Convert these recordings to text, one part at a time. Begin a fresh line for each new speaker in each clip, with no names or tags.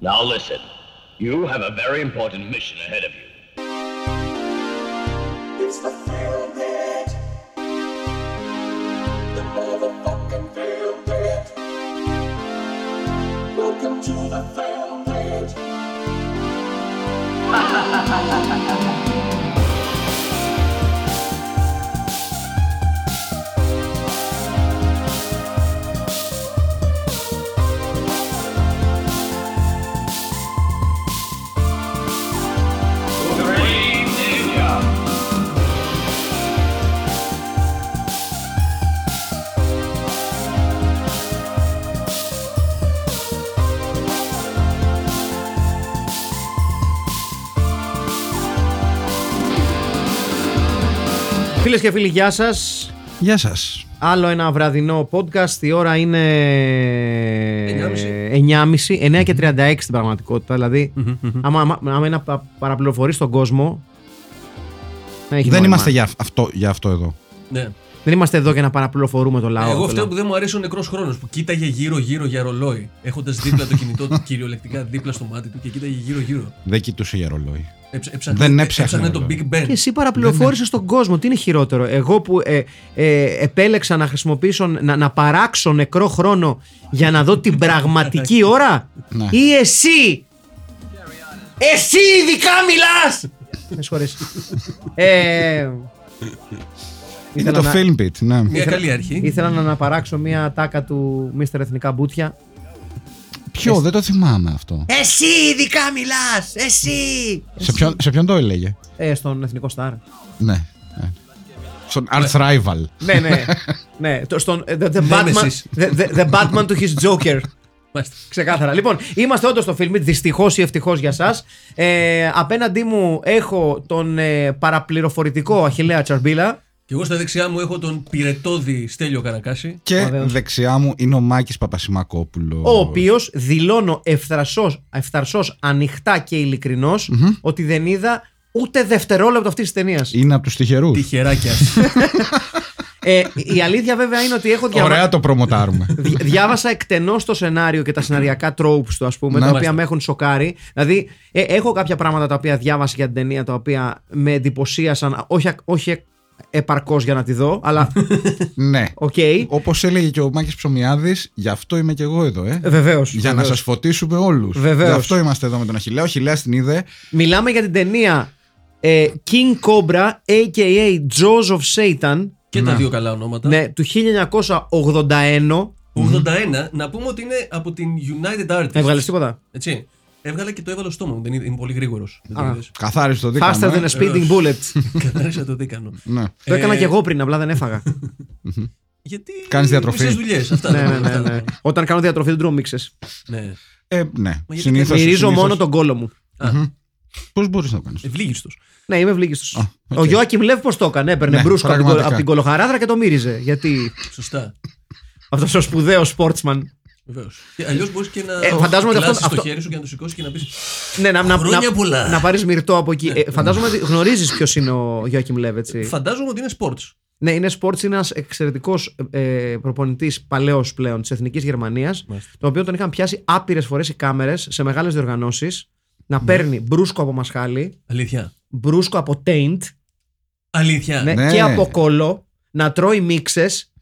Now listen, you have a very important mission ahead of you.
It's the Feel Bit. The motherfucking Feel Bit. Welcome to the Feel Bit.
Φίλε και φίλοι, γεια σας.
Γεια σας.
Άλλο ένα βραδινό podcast. Η ώρα είναι.
9.30.
9.30. 9 και 36 στην πραγματικότητα. Δηλαδή, άμα, άμα, άμα είναι να πα- παραπληροφορείς τον κόσμο. να έχει
Δεν
νόημα.
είμαστε για αυτό, για αυτό εδώ.
Ναι.
Δεν είμαστε εδώ για να παραπληροφορούμε το λαό.
Εγώ
το
αυτό
λαό.
που δεν μου αρέσει ο νεκρός χρόνος που κοίταγε γύρω-γύρω για ρολόι. Έχοντας δίπλα το κινητό του, κυριολεκτικά δίπλα στο μάτι του και κοίταγε γύρω-γύρω.
Δεν κοιτούσε για ρολόι.
Εψ- έψαχνε-
Δεν
ε-
έψαχνε
Έψαχνε τον
ρολόι.
Big Ben.
Και εσύ παραπληροφόρησες
Ναι,
τον κόσμο. Τι είναι χειρότερο. Εγώ που ε, ε, επέλεξα να χρησιμοποιήσω, να, να παράξω νεκρό χρόνο για να δω την πραγματική ώρα.
Ναι.
Ή εσύ. Εσύ ειδικά μιλάς! Με συγχωρείς. Ε,
Είναι
ήθελα
το
να-
film pit, ναι.
Μια καλή αρχή.
Ήθελα να αναπαράξω μία τάκα του Mr. Εθνικά Μπούτια.
Ποιο, δεν το θυμάμαι αυτό.
Εσύ ειδικά μιλάς! Εσύ!
Σε ποιον, σε ποιον το έλεγε.
Ε, στον Εθνικό Σταρ.
Ναι. ναι. Στον Arts Rival.
ναι, ναι. ναι. Το, στον, the, the Batman,
Nemesis.
the, the- the Batman to his Joker.
Μάλιστα.
Ξεκάθαρα. Λοιπόν, είμαστε όντως στο φιλμ, δυστυχώς ή ευτυχώς για εσά. Ε, απέναντί μου έχω τον ε, παραπληροφορητικό Αχηλέα Τσαρμπίλα.
Και εγώ στα δεξιά μου έχω τον πυρετόδη Στέλιο Καρακάση.
Και
Βεβαίως.
δεξιά μου είναι ο Μάκης Παπασημακόπουλος.
ο οποίος δηλώνω ευθαρσός, ευθαρσός, ανοιχτά και ειλικρινώς ότι δεν είδα ούτε δευτερόλεπτο αυτής της ταινίας.
Είναι από τους τυχερούς.
Τυχεράκια.
ε, η αλήθεια βέβαια είναι ότι έχω διαβάσει.
Ωραία το προμοτάρουμε.
Δι- διάβασα εκτενώς το σενάριο και τα σεναριακά tropes του, ας πούμε,
Να,
τα οποία
μάλιστα.
με έχουν σοκάρει. Δηλαδή, ε, έχω κάποια πράγματα τα οποία διάβασα για την ταινία, τα οποία με εντυπωσίασαν, όχι, ακ- όχι επαρκώς για να τη δω, αλλά
ναι.
οκ.
Όπως έλεγε και ο Μάκης Ψωμιάδης, γι' αυτό είμαι και εγώ εδώ, ε.
Βεβαίως.
Για να σας φωτίσουμε όλους.
Βεβαίως.
Γι' αυτό είμαστε εδώ με τον Αχιλέα. Ο Αχιλέα την είδε.
Μιλάμε για την ταινία ε, King Cobra, a.k.a. Jaws of Satan,
και τα δύο καλά ονόματα.
ναι, του 1981.
81, να πούμε ότι είναι από την United Artists.
Έβγαλες τίποτα.
Έτσι. Έβγαλε και το έβαλε στο στόμα μου. Δεν είδε- είναι πολύ γρήγορος.
Α.
Καθάρισε το δίκαιο.
Faster than a speeding bullet.
Καθάρισα το δίκανο.
Ναι.
Το έκανα και εγώ πριν, απλά δεν έφαγα.
Γιατί.
Κάνεις διατροφή.
Μισές δουλειές. Αυτά.
ναι, ναι,
αυτά.
ναι, ναι. Όταν κάνω διατροφή δεν τρώω μίξες.
ναι.
Ε, ναι.
γιατί
Συνήθως.
Μυρίζω μόνο τον κόλο μου.
Πώς μπορείς να το κάνεις.
Ευλίγιστος.
Ναι, είμαι ευλίγιστο.
Α, οκ.
Ο Γιώκιμ Λεύ πώς το έκανε. Έπαιρνε
Ναι,
μπρούσκο από την,
πραγματικά.
κολο- απ' την κολοχαράδρα και το μύριζε. Γιατί
Σωστά.
αυτός ο σπουδαίος sportsman.
Βεβαίως. Αλλιώς μπορείς και να.
Ε, φαντάζομαι ότι αυτό-
κλάσεις
αυτό-
το χέρι σου και να το σηκώσεις και να πεις.
Ναι, να, να,
Χρόνια
να,
πολλά.
να πάρεις μυρτό από εκεί. Ε, φαντάζομαι ότι γνωρίζεις ποιος είναι ο Γιώκιμ Λεύ, έτσι.
Φαντάζομαι ότι είναι σπορτ.
ναι, είναι sports, είναι ένας εξαιρετικός ε, προπονητής παλαιός πλέον της Εθνικής Γερμανίας.
Μάλιστα.
Τον οποίο τον είχαν πιάσει άπειρες φορές οι κάμερες σε μεγάλες διοργανώσεις
Ναι.
να παίρνει μπρούσκο από μασχάλη,
Αλήθεια.
μπρούσκο από taint
Αλήθεια.
ναι,
Ναι.
και από κόλλο, να τρώει μίξες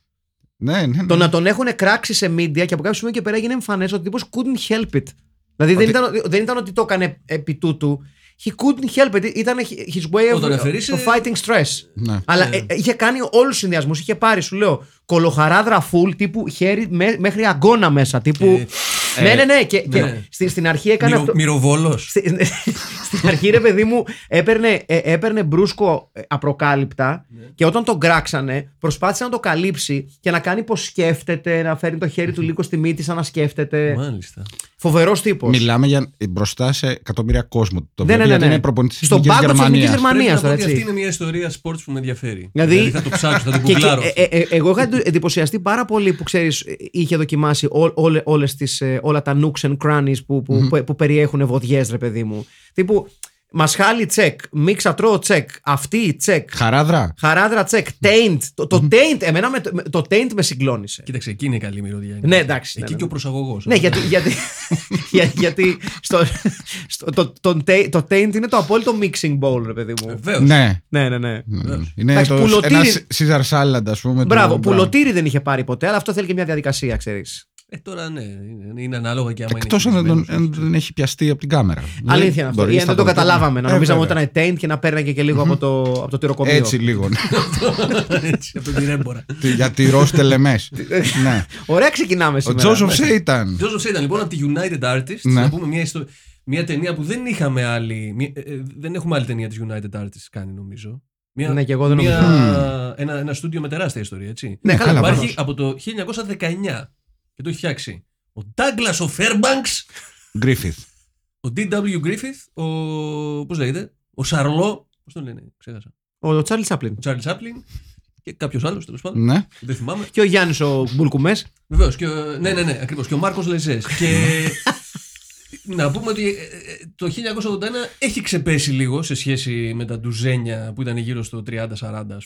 Ναι, ναι, ναι.
Το να τον έχουν κράξει σε media και από κάποιο σημείο και πέρα έγινε εμφανές ότι ο τύπος couldn't help it. Δηλαδή δεν,
Ότι-
ήταν, δεν ήταν ότι το έκανε επί τούτου. He couldn't help it. Ήταν his way
Όταν
of,
αφαιρείς,
of fighting stress.
ε- Ναι.
Αλλά ε, ε, είχε κάνει όλους του συνδυασμούς. Είχε πάρει, σου λέω, κολοχαράδρα full τύπου χέρι με- μέχρι αγκώνα μέσα. Τύπου.
Ε,
ναι, ναι, ναι. Και, και
ναι.
στη- στην αρχή έκανε
Μυρο,
αυτό.
Μυροβόλος.
Στη- Στην αρχή, ρε παιδί μου, έπαιρνε, ε, έπαιρνε μπρούσκο ε, απροκάλυπτα και όταν τον κράξανε, προσπάθησε να το καλύψει και να κάνει πως σκέφτεται, να φέρει το χέρι του λίγο στη μύτη σαν να σκέφτεται.
Μάλιστα.
Φοβερός τύπος.
Μιλάμε για ε, μπροστά σε εκατομμύρια κόσμο.
Ναι,
Το βλέπει,
ναι, ναι,
γιατί
ναι.
Είναι προπονητής
Στον πάγκο της Εθνικής Γερμανίας.
Πρέπει να πω
τώρα,
ότι
έτσι.
αυτή είναι μια ιστορία σπορτ που με ενδιαφέρει.
Δηλαδή-
Δηλαδή, θα το ψάξω, θα το
Και, και,
κουκλάρω.
ε, ε, ε, εγώ είχα εντου- εντυπωσιαστεί πάρα πολύ που ξέρεις, είχε δοκιμάσει ό, όλε, όλες τις, ε, όλα τα nooks and crannies που, που, που, που περιέχουν βοδιές, ρε παιδί μου. Τύπου Μασχάλη τσεκ. Μίξα τρώω τσεκ. Αυτή τσεκ.
Χαράδρα.
Χαράδρα τσεκ. Taint. Το, το taint, εμένα με, με- το taint με συγκλώνησε.
Κοίταξε, εκεί είναι η καλή μυρωδιά.
Ναι, εντάξει, ναι,
Εκεί
ναι,
και ο προσαγωγός.
Ναι, γιατί, γιατί, για- γιατί στο, στο- το, το, ta- το taint είναι το απόλυτο mixing bowl, ρε παιδί μου.
Βεβαίως.
Ναι.
Ναι, ναι, ναι.
Είναι
Εντάξει,
το,
πουλωτήρι-
ένας Caesar salad, ας πούμε. του
Μπράβο,
Brown.
πουλωτήρι δεν είχε πάρει ποτέ, αλλά αυτό θέλει και μια διαδικασία, ξέρεις.
Ε, τώρα ναι, είναι, είναι ανάλογα και άμα
Εκτό
είναι.
αν δεν,
χτισμένος.
αν δεν έχει πιαστεί από την κάμερα. Δηλαδή,
Αλήθεια είναι αυτό.
Μπορείς
Ή αν
στα
δεν το
πολιτικά.
καταλάβαμε. Να
Ε,
νομίζαμε ότι
βέβαια.
ήταν taint και να παίρναγε και λίγο από το, από το τυροκομείο.
Έτσι λίγο. ναι.
Έτσι, από την έμπορα.
Τι- Για τυρό τελεμέ. ναι.
Ωραία, ξεκινάμε
Ο
Ε, σήμερα. Ναι,
Τζόζοφ Σέιταν.
Τζόζοφ Σέινταν λοιπόν από τη United Artists.
Ναι.
Να πούμε μια, ιστο... μια ταινία που δεν είχαμε άλλη. Μια... ε, ε, δεν έχουμε άλλη ταινία της United Artists κάνει νομίζω. Μια...
Ναι, και εγώ δεν
μια...
νομίζω.
Ένα, ένα στούντιο με τεράστια ιστορία, έτσι.
Ναι, καλά,
καλά,
βεβαίως.
Υπάρχει από το 1919 και το έχει φτιάξει ο Douglas ο Fairbanks,
Γκρίφιθ.
ο D.W. Griffith, ο. Πώς λέγεται, ο Σαρλό. Πώς τον λένε, ξέχασα.
Ο Τσάρλι Τσάπλιν.
Ο Charles Chaplin και κάποιος άλλος τέλος πάντων.
Ναι.
Δεν θυμάμαι.
Και ο Γιάννης ο Μπουλκουμές.
Βεβαίως. Ναι, ναι, ναι, ακριβώς. Και ο Μάρκος Λεζές. και να πούμε ότι ε, ε, το 1981 έχει ξεπέσει λίγο σε σχέση με τα ντουζένια που ήταν γύρω στο 30-40, α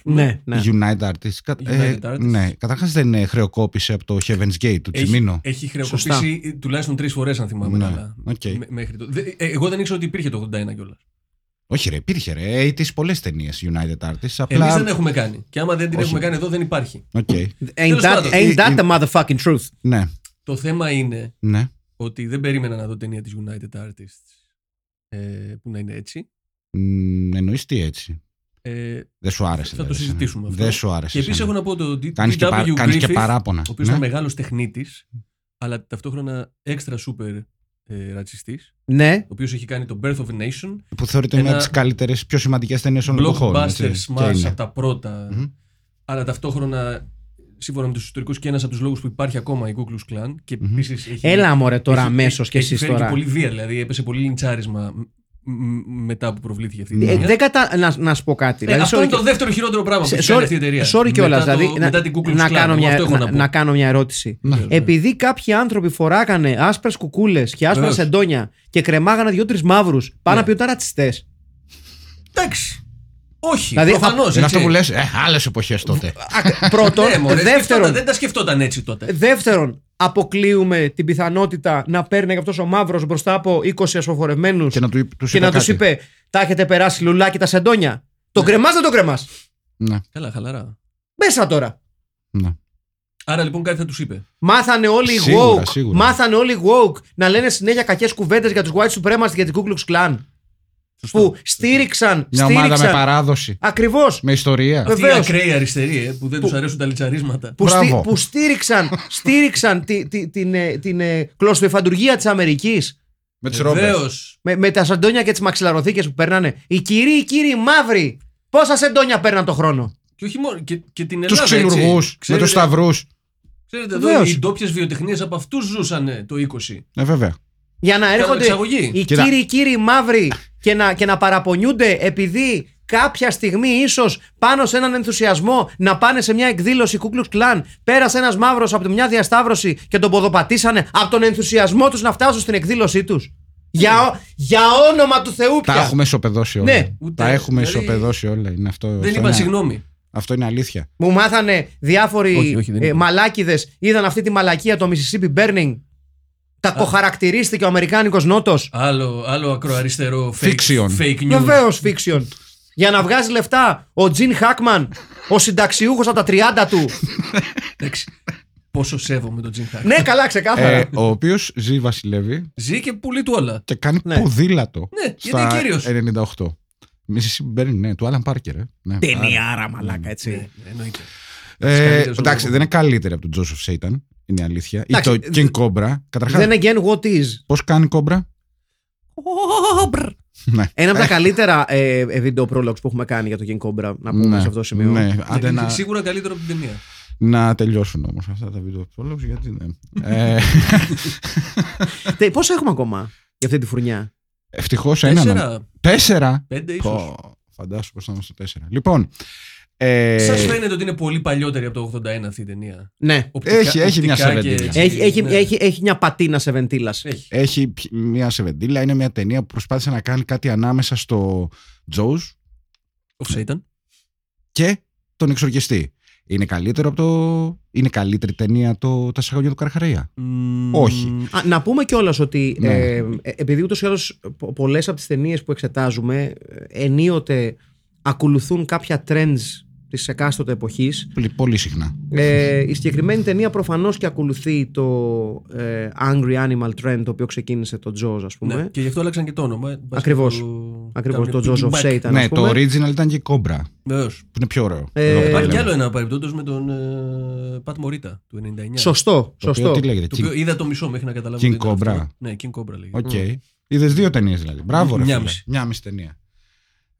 πούμε.
Ναι, ναι.
United Artists. Κα- ε,
United Artists.
Ναι. Καταρχάς δεν ε, χρεοκόπησε από το Heaven's Gate του
Έχει,
Τσιμίνο.
έχει χρεοκοπήσει ε, τουλάχιστον τρεις φορές, αν θυμάμαι
Ναι,
καλά.
οκ.
Μέ- μέχρι το... Δε- ε, εγώ δεν ήξερα ότι υπήρχε το 81 κιόλας.
Όχι, ρε, υπήρχε ρε. 80s πολλές ταινίες United Artists.
Εμείς δεν
Απλά.
έχουμε κάνει. Και άμα δεν την
Όχι.
έχουμε κάνει εδώ, δεν υπάρχει.
Οκ.
Ain't
Τέλος
that,
πάντων.
ain't that the motherfucking truth.
Ναι.
Το θέμα είναι
Ναι.
ότι δεν περίμενα να δω ταινία της United Artists ε, που να είναι έτσι.
Μ, εννοείς τι έτσι.
Ε,
Δεν σου άρεσε.
Θα
δηλαδή,
το
εσένα.
συζητήσουμε αυτό.
Δεν σου άρεσε.
και επίσης έχω
εσένα.
να πω το D-
Κάνεις και, πα-
DW
κάνεις και
Griffith,
παράπονα. ναι.
ο οποίος ήταν μεγάλος τεχνίτης, αλλά ταυτόχρονα έξτρα σούπερ ε, ρατσιστής,
Ναι.
ο οποίος έχει κάνει το Birth of a Nation,
Που θεωρείται
Ένα-
μια από τις καλύτερες, πιο σημαντικές ταινίες όλων των χώρων.
blockbuster
έτσι. Και
smash
είναι.
από τα πρωτα
Μμμ.
αλλά ταυτόχρονα σύμφωνα με τους ιστορικούς και ένας από τους λόγους που υπάρχει ακόμα η Ku Klux Klan. Και
Μμμ.
επίσης έχει,
Έλα μωρέ τώρα
έχει-
αμέσως
έχει-
κι
έχει
εσείς
φέρει
τώρα.
Και πολύ βία, δηλαδή έπεσε πολύ λιντσάρισμα μ- μ- μετά που προβλήθηκε αυτή η
Ε,
Ε,
ταινία.
Δεν κατα... να, να σου πω κάτι.
Ε,
δηλαδή,
αυτό
sorry
είναι
και-
το δεύτερο χειρότερο πράγμα που έχει
sorry-
κάνει αυτή η εταιρεία.
Sorry κιόλα.
Μετά το-
Δηλαδή,
μετά την Ku Klux
να,
Klan,
κάνω
εγώ
μια,
αυτό έχω
να,
να πω.
να κάνω μια ερώτηση.
Ναι.
Επειδή κάποιοι άνθρωποι φοράγανε άσπρες κουκούλες και άσπρα
Βεβαίως.
σεντόνια και κρεμάγανε δύο-τρει μαύρους, πάνε
Ναι.
να πει ότι ήταν ρατσιστές.
Εντάξει. Όχι.
Δηλαδή, θα-
προφανώς,
Είναι
έτσι.
αυτό που λες, ε, άλλες εποχές τότε.
Πρώτον.
Ναι, μωρέ, σκεφτόταν-
δεύτερον,
δεν τα σκεφτόταν έτσι τότε.
δεύτερον, αποκλείουμε την πιθανότητα να παίρνει αυτό ο μαύρος μπροστά από 20 ασφοφορευμένους
Και να του είπ- τους
και
είπε
να τους
κάτι.
είπε Τα έχετε περάσει λουλάκι τα σεντόνια. Το κρεμάς δεν το κρεμάς.
Ναι,
Καλά, χαλαρά.
Μέσα τώρα.
ναι.
Άρα λοιπόν κάτι θα τους είπε.
Μάθανε όλοι οι
Σίγουρα,
woke.
σίγουρα.
Μάθανε όλοι οι woke να λένε συνέχεια κακές κουβέντες για τους white supremacists και την Ku Klux Klan. Που στήριξαν.
Μια ομάδα με
στήριξαν
παράδοση.
Ακριβώς.
Με ιστορία.
Αυτή η
Βεβαίως.
ακραία αριστερή ε, που δεν τους αρέσουν τα λιτσαρίσματα.
Που,
Μπράβο.
στή- που στήριξαν, στήριξαν τη- τη- την, ε, την ε, κλωστοεφαντουργία της Αμερικής
Με τις ρόμπες.
Βεβαίως.
με, με τα σεντόνια και τις μαξιλαροθήκες που παίρνανε. Οι κυρίοι, οι κύριοι μαύροι, πόσα σεντόνια παίρναν το χρόνο.
Και όχι μόνο. Και, και την
Τους
Ελλάδα. έτσι.
ξυλουργού, με
Ξέρετε-
τους σταυρούς.
Ξέρετε εδώ
Βεβαίως.
οι ντόπιες βιοτεχνίες από αυτούς ζούσαν το 20.
Ε, βέβαια.
Για να έρχονται
εξαγωγή.
οι
Κοίτα.
κύριοι, οι κύριοι μαύροι και να, και να παραπονιούνται επειδή κάποια στιγμή ίσως πάνω σε έναν ενθουσιασμό να πάνε σε μια εκδήλωση κούκλου κλάν. Πέρασε ένας μαύρος από τη μια διασταύρωση και τον ποδοπατήσανε από τον ενθουσιασμό τους να φτάσουν στην εκδήλωσή τους. Για, ο- για όνομα του Θεού πια.
Τα έχουμε ισοπεδώσει όλα.
Ναι.
Ούτε-
Τα έχουμε
δηλαδή-
ισοπεδώσει όλα. Είναι αυτό,
Δεν
αυτό
είπαν
είναι-
συγγνώμη.
Αυτό είναι αλήθεια.
Μου μάθανε
Όχι,
διάφοροι
όχι, δεν
ε,
είναι.
μαλάκιδε. Είδαν αυτή τη μαλακία το Mississippi Burning. Κακοχαρακτηρίστηκε ο Αμερικάνικος Νότος.
Άλλο, άλλο ακροαριστερό fake,
Fiction.
fake
Mm.
news.
Βεβαίως fiction. Για να βγάζει λεφτά ο Τζιν Χάκμαν, ο συνταξιούχος από τα 30 του.
Εντάξει. Πόσο σέβομαι τον Τζιν Χάκ.
ναι, καλά, ξεκάθαρα.
Ε, ο οποίος ζει, βασιλεύει
Ζει και πουλεί του όλα.
και κάνει
Ναι.
ποδήλατο.
Ναι, γιατί
στα
είναι κύριος.
98. Μισή Μπέρνι, ναι, του Άλαν Πάρκερ. ε. Ναι.
Ταινιάρα, μαλάκα,
Ναι,
έτσι.
εννοείται.
Ε,
Καλύτερος
εντάξει,
λόγος.
δεν είναι καλύτερη από τον Τζόσοφ Σέιταν. Είναι η αλήθεια. Ή
Εντάξει,
ε,
το
δε-
King Cobra. Καταρχάς,
Then again, what is.
πώς κάνει Cobra. ναι.
Ένα από τα καλύτερα ε, ε, βίντεο prologues που έχουμε κάνει για το King Cobra, να πούμε
Ναι.
σε αυτό το σημείο.
Ναι, άντε
Είναι
να,
Σίγουρα καλύτερο από την ταινία.
να τελειώσουν όμως αυτά τα βίντεο πρόλογους, γιατί ναι. ε,
Τε- Πόσα έχουμε ακόμα για αυτή τη φουρνιά.
Ευτυχώς έναν.
Τέσσερα,
Τέσσερα.
πέντε ίσω.
Πω, φαντάσου πώς θα είμαστε τέσσερα. Λοιπόν, Ε,
Σας φαίνεται ότι είναι πολύ παλιότερη από το 81 αυτή η ταινία.
Ναι.
Οπτικά-
Έχει- έχει μια
οπτικά και
σεβεντήλα.
έτσι,
Έχει, έχει,
ναι.
έχει, έχει μια πατίνα σε βεντίλα.
Έχει.
Έχει πι- μια σεβεντήλα, είναι μια ταινία που προσπάθησε να κάνει κάτι ανάμεσα στο Τζόους
Of Satan.
και τον εξοργιστή. Είναι καλύτερο από το... Είναι καλύτερη ταινία το «Τα σαγόνια του Καρχαρία».
Μμμ.
Όχι.
Α, Να πούμε κιόλας ότι
Ναι.
ε, ε, επειδή ούτως ή άλλως πολλές από τις ταινίες που εξετάζουμε ε, ενίοτε ακολουθούν κάποια trends της εκάστοτε εποχής.
Πολύ, πολύ συχνά.
Ε, η συγκεκριμένη ταινία προφανώς και ακολουθεί το ε, Angry Animal Trend το οποίο ξεκίνησε το Jaws, ας πούμε.
Ναι, και γι' αυτό άλλαξαν και το όνομα. ε,
Ακριβώς. Ακριβώς, το Jaws of Satan.
ναι,
ας
το
πούμε.
original ήταν και η Κόμπρα,
Βεβαίως.
που είναι πιο ωραίο.
Ε,
Εδώ που τα
Υπάρχει κι
λέμε.
άλλο ένα παρεμπιπτόντως με τον ε, Πατ Μωρίτα του 99.
Σωστό,
Το οποίο
σωστό.
τι λέγεται,
Το
King-
οποίο είδα το μισό μέχρι να καταλάβω.
King
τι ήταν αυτό.
Cobra.
Ναι, King Cobra λέγεται.
Οκ. Είδες δύο ταινίες δηλαδή. Μπράβο, ρε.
Μια
φίλε.
μισή.
Μια μισή ταινία.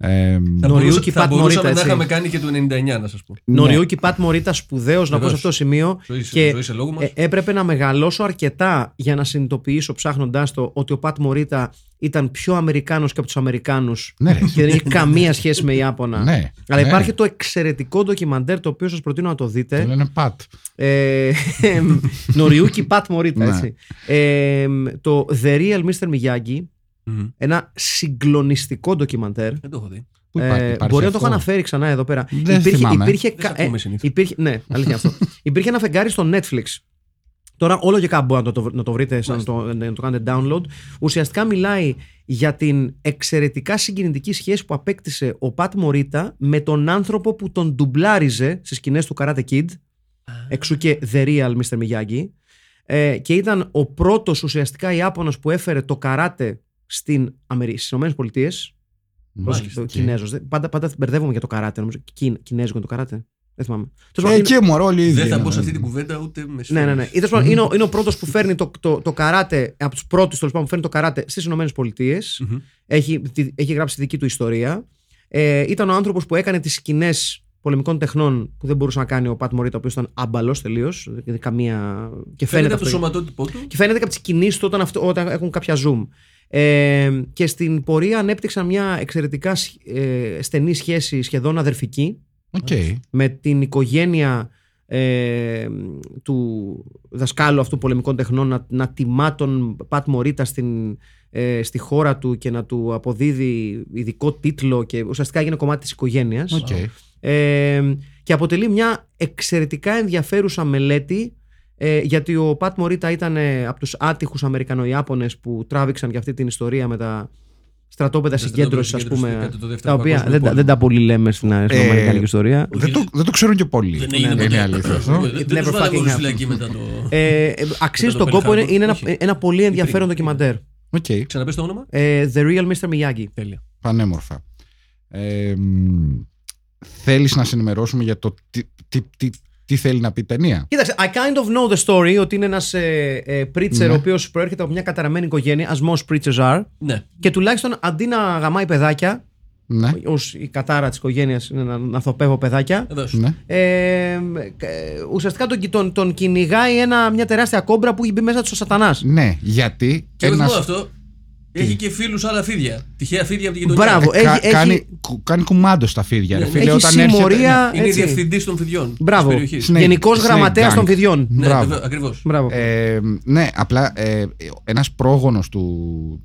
Ε,
Θα,
Νοριούκι
μπορούσα, θα
Pat Morita,
μπορούσαμε να
έτσι.
είχαμε κάνει και του 99, να σας πω.
Νοριούκι Πατ Μωρίτα, σπουδαίος να πω
Βεβαίως.
σε αυτό το σημείο.
Ζωή, σε-
και
ζωή σε λόγους μας.
ε, έπρεπε να μεγαλώσω αρκετά για να συνειδητοποιήσω ψάχνοντάς το ότι ο Πατ Μωρίτα ήταν πιο Αμερικάνος και από τους Αμερικάνους.
ναι, ρε.
και δεν έχει καμία σχέση με Ιάπωνα.
ναι,
Αλλά
ναι.
υπάρχει το εξαιρετικό ντοκιμαντέρ το οποίο σας προτείνω να το
Το
δείτε.
λένε Πατ.
Ε, εμ, Νοριούκι Πατ Μωρίτα,
Ναι.
έτσι. Ε, εμ, το The Real Mr. Miyagi.
Μμμ.
Ένα συγκλονιστικό ντοκιμαντέρ.
Δεν το έχω δει.
Πού
Ε,
υπάρχει, υπάρχει
μπορεί να το έχω
αυτό?
αναφέρει ξανά εδώ πέρα.
Δεν θυμάμαι.
υπήρχε,
Δεν σε
κα- ε,
ακούμε συνήθως.
υπήρχε, ναι, αλήθεια αυτό. υπήρχε ένα φεγγάρι στο Netflix. Τώρα όλο και κάπου μπορείτε να το, να το βρείτε, σαν να το, να το κάνετε download. Ουσιαστικά μιλάει για την εξαιρετικά συγκινητική σχέση που απέκτησε ο Πατ Μωρίτα με τον άνθρωπο που τον ντουμπλάριζε στις σκηνές του Karate Kid. Εξού και The Real Mr. Miyagi. Ε, και ήταν ο πρώτος ουσιαστικά Ιάπωνας που έφερε το καράτε στην Αμερική, στις ΗΠΑ.
Μάλιστα.
Μάλιστα.
Ε,
Κινέζος. Δεν- Πάντα, πάντα μπερδεύομαι για το καράτε, νομίζω. Κιν, Κινέζικο είναι το καράτε. Δεν θυμάμαι. Τέλος
Ε,
πάντων,
εκεί μου, όλοι οι ίδιοι
Δεν θα
είναι.
μπω σε αυτή την κουβέντα ούτε με
ναι,
σφαίρες.
ναι, ναι. Ή, τέλος πάντων, είναι, ο- είναι ο πρώτος που φέρνει το, το, το καράτε, από τους πρώτους τέλος πάντων που φέρνει το καράτε στις Ηνωμένες Πολιτείες.
Μμμ.
Έχει, τη- έχει γράψει τη δική του ιστορία. Ε, ήταν ο άνθρωπος που έκανε τις σκηνές πολεμικών τεχνών που δεν μπορούσε να κάνει ο Πατ Μωρίτα, ο οποίος ήταν άμπαλος τελείως. Καμία... Και
Φαίνεται
φαίνεται,
από
αυτό.
το
Ναι,
σωματότυπό του.
Και φαίνεται και από τις κινήσει του όταν, αυτό, όταν έχουν κάποια zoom. Ε, και στην πορεία ανέπτυξαν μια εξαιρετικά σχ- ε, στενή σχέση, σχεδόν αδερφική,
Οκ.
με την οικογένεια ε, του δασκάλου αυτού πολεμικών τεχνών να, να τιμά τον Πατ Μωρίτα στην, ε, στη χώρα του και να του αποδίδει ειδικό τίτλο και ουσιαστικά έγινε κομμάτι της οικογένειας
Οκ.
ε, και αποτελεί μια εξαιρετικά ενδιαφέρουσα μελέτη ε, γιατί ο Πατ Μωρίτα ήταν ε, από τους άτυχους Αμερικανοϊάπωνες που τράβηξαν και αυτή την ιστορία με τα στρατόπεδα
Τα
συγκέντρωσης ας
συγκέντρωσης
πούμε
κατά το δεύτερο
τα οποία
παγκόσμιο
δεν, τα-
πόλεμο.
δεν τα πολύ λέμε στην στην
Ε,
Αμερικανική ιστορία
Δεν το, δεν το ξέρουν και πολλοί.
Δεν
Ναι,
έγινε ποτέ.
είναι αλήθεια αυτό.
Δεν- Δεν
Never
τους βάλαμε
fucking
όλους
happened.
φυλακή μετά το...
Ε, ε, αξίζει
Μετά
τον
το
κόπο,
Pearl
είναι,
Harbor,
είναι ένα,
όχι.
ένα πολύ ενδιαφέρον
πριν,
ντοκιμαντέρ.
Οκ.
Ξαναπες το όνομα.
Ε, The Real Mr. Miyagi.
Τέλεια.
Πανέμορφα. Ε, μ, θέλεις να σε ενημερώσουμε για το τι, τι, τι, τι θέλει να πει η ταινία.
Κοίταξε, I kind of know the story ότι είναι ένας ε, ε, preacher
Ναι.
ο οποίος προέρχεται από μια καταραμένη οικογένεια, as most preachers are.
Ναι.
Και τουλάχιστον αντί να γαμάει παιδάκια,
Ναι.
ως η κατάρα της οικογένειας είναι να, να θοπεύω παιδάκια,
Εδώ σου.
ναι.
ε, ε, ουσιαστικά τον, τον, τον κυνηγάει ένα, μια τεράστια κόμπρα που έχει μπει μέσα του ο Σατανάς.
Ναι, γιατί
Και όχι
ένας-
μόνο αυτό. Έχει και φίλους άλλα φίδια. Τυχαία φίδια από την γειτονιά.
Μπράβο,
ε, Κα-
έχει,
κάνει,
έχει,
κου- κάνει κουμάντος στα φίδια. ρε
Ναι,
φίλε,
έχει
όταν έρχεται-
συμμορία.
Είναι
έτσι.
διευθυντής των φιδιών.
Μπράβο.
της περιοχής.
Snake-
Γενικός
Snake
γραμματέας
Gang.
των βιδιών.
Ναι,
Μπράβο.
ακριβώς.
Μπράβο.
Ε, ναι, απλά ε, ένας πρόγονος του,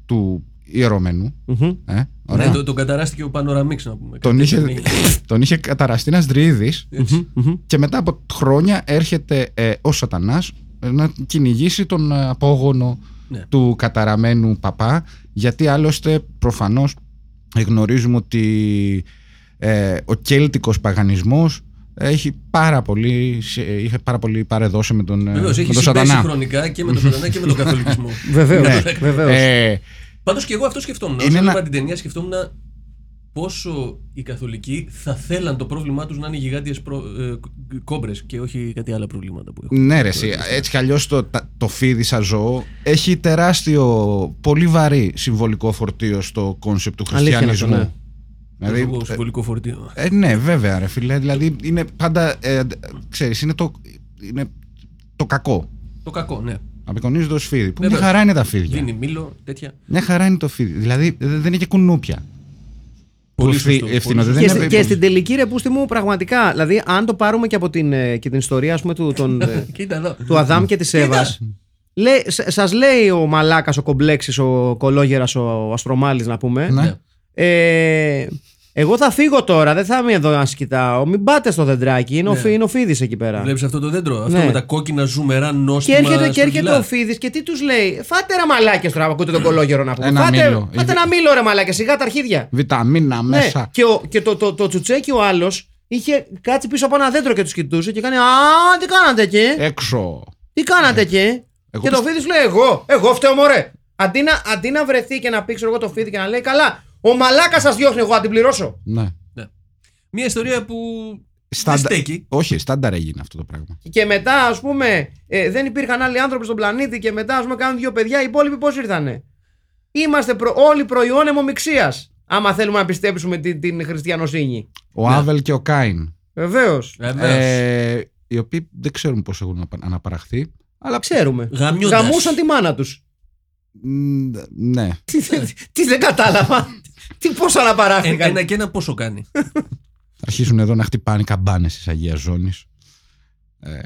του ιερωμένου.
Μμμ.
Ε, ωραία.
Ναι, το- τον καταράστηκε ο Πανοραμίξ να πούμε.
τον,
Κάτι
είχε,
τέτοιο.
τον είχε καταραστεί ένας δρύδης
Έτσι.
Και μετά από χρόνια έρχεται ε, ο σατανάς ε, να κυνηγήσει τον ε, απόγονο
Ναι.
του καταραμένου παπά γιατί άλλωστε προφανώς γνωρίζουμε ότι ε, ο κέλτικος παγανισμός έχει πάρα πολύ, σε- είχε πάρα πολύ παρεδώσει με τον, ε,
Βεβαίως,
με
έχει
τον
συμπέσει
σατανά.
χρονικά και με τον Σατανά και με τον Καθολικισμό.
Βεβαίως.
Ναι. Ε,
Πάντως και εγώ αυτό σκεφτόμουν.
Είναι
Όταν
ένα-
έβλεπα την ταινία, σκεφτόμουν πόσο οι Καθολικοί θα θέλαν το πρόβλημά τους να είναι γιγάντιες προ... ε, κόμπρες και όχι κάτι άλλα προβλήματα που έχουν.
ναι ρε εσύ, έτσι κι αλλιώς το, τα- το φίδι σαν ζώο έχει τεράστιο, πολύ βαρύ συμβολικό φορτίο στο κόνσεπτ του
Αλήθεια είναι αυτό,
χριστιανισμού.
ναι.
Δηλαδή,
Εγώ, συμβολικό φορτίο.
Ε, ναι, βέβαια, ρε φίλε. Δηλαδή είναι πάντα. Ε, ε, ξέρεις, είναι το, είναι το κακό.
Το κακό, ναι.
Απεικονίζεται ω φίδι. Που μια
Βέβαια.
χαρά είναι τα φίδια.
Δίνει μήλο, τέτοια.
Μια χαρά είναι το φίδι. Δηλαδή δε- δεν είναι και κουνούπια. που
Πολύ
ευθυ-
σωστό, πολύ
ευθυνοδεδεμένη
Και, στη-
περίπτωση.
και στην τελική ρε πούστη μου πραγματικά Δηλαδή αν το πάρουμε και από την, ε, και την ιστορία ας πούμε, του, των,
Ναι.
ε,
Κοίτα εδώ.
του Αδάμ και της Εύας Λέ, σ- σας λέει ο Μαλάκας, ο Κομπλέξης, ο Κολόγερας, ο Αστρομάλης να πούμε
Ναι.
Ναι.
ε, εγώ θα φύγω τώρα, δεν θα είμαι εδώ να σας κοιτάω. Μην πάτε στο δεντράκι, είναι, ο,
Ναι.
Φι- είναι ο Φίδης εκεί πέρα.
Βλέπεις αυτό το δέντρο. Αυτό
Ναι.
με τα κόκκινα ζουμερά
Και
νόστιμα.
έρχεται, και
στα
έρχεται
κιλά.
ο Φίδης και τι τους λέει. Φάτε ρε μαλάκες τώρα, ακούτε τον κολόγερο να πούμε.
Ένα
φάτε,
μήλο.
φάτε
Ε,
ένα μήλο ρε μαλάκες, σιγά τα αρχίδια.
Βιταμίνα
Ναι.
μέσα.
Και, ο, και το, το, το τσουτσέκι ο άλλος είχε κάτσει πίσω από ένα δέντρο και τους κοιτούσε και κάνει Α, τι κάνατε εκεί.
Έξω.
τι κάνατε εκεί.
Ε, ναι. Εγώ
και το
πιστε-
Φίδης λέει: Εγώ, εγώ φταίω, μωρέ. Αντί να, αντί να βρεθεί και να πει, ξέρω εγώ το Φίδη και να λέει: Καλά, ο μαλάκας σας διώχνει, εγώ θα την πληρώσω.
Ναι.
Μια ιστορία που.
Στάντα-
Δεν στέκει.
Όχι, στάνταρ έγινε αυτό το πράγμα.
Και μετά, ας πούμε, ε, δεν υπήρχαν άλλοι άνθρωποι στον πλανήτη και μετά, ας πούμε, κάνουν δύο παιδιά. Οι υπόλοιποι πώς ήρθανε. Είμαστε προ, όλοι προϊόν αιμομηξία. Άμα θέλουμε να πιστέψουμε την, την χριστιανοσύνη.
Ο
Ναι.
Άβελ και ο Κάιν.
Βεβαίως.
Βεβαίως.
Ε, οι οποίοι δεν ξέρουν πώς έχουν απα- αναπαραχθεί. Αλλά
Ξέρουμε.
Γαμιώντας.
Γαμούσαν τη μάνα τους.
Μ, Ναι.
Τι δεν κατάλαβα. Τι πώ
Ένα-
αναπαράχθηκαν.
Ε, Ένα και ένα πόσο κάνει.
Αρχίζουν εδώ να χτυπάνε καμπάνες της Αγίας Ζώνης. Ε,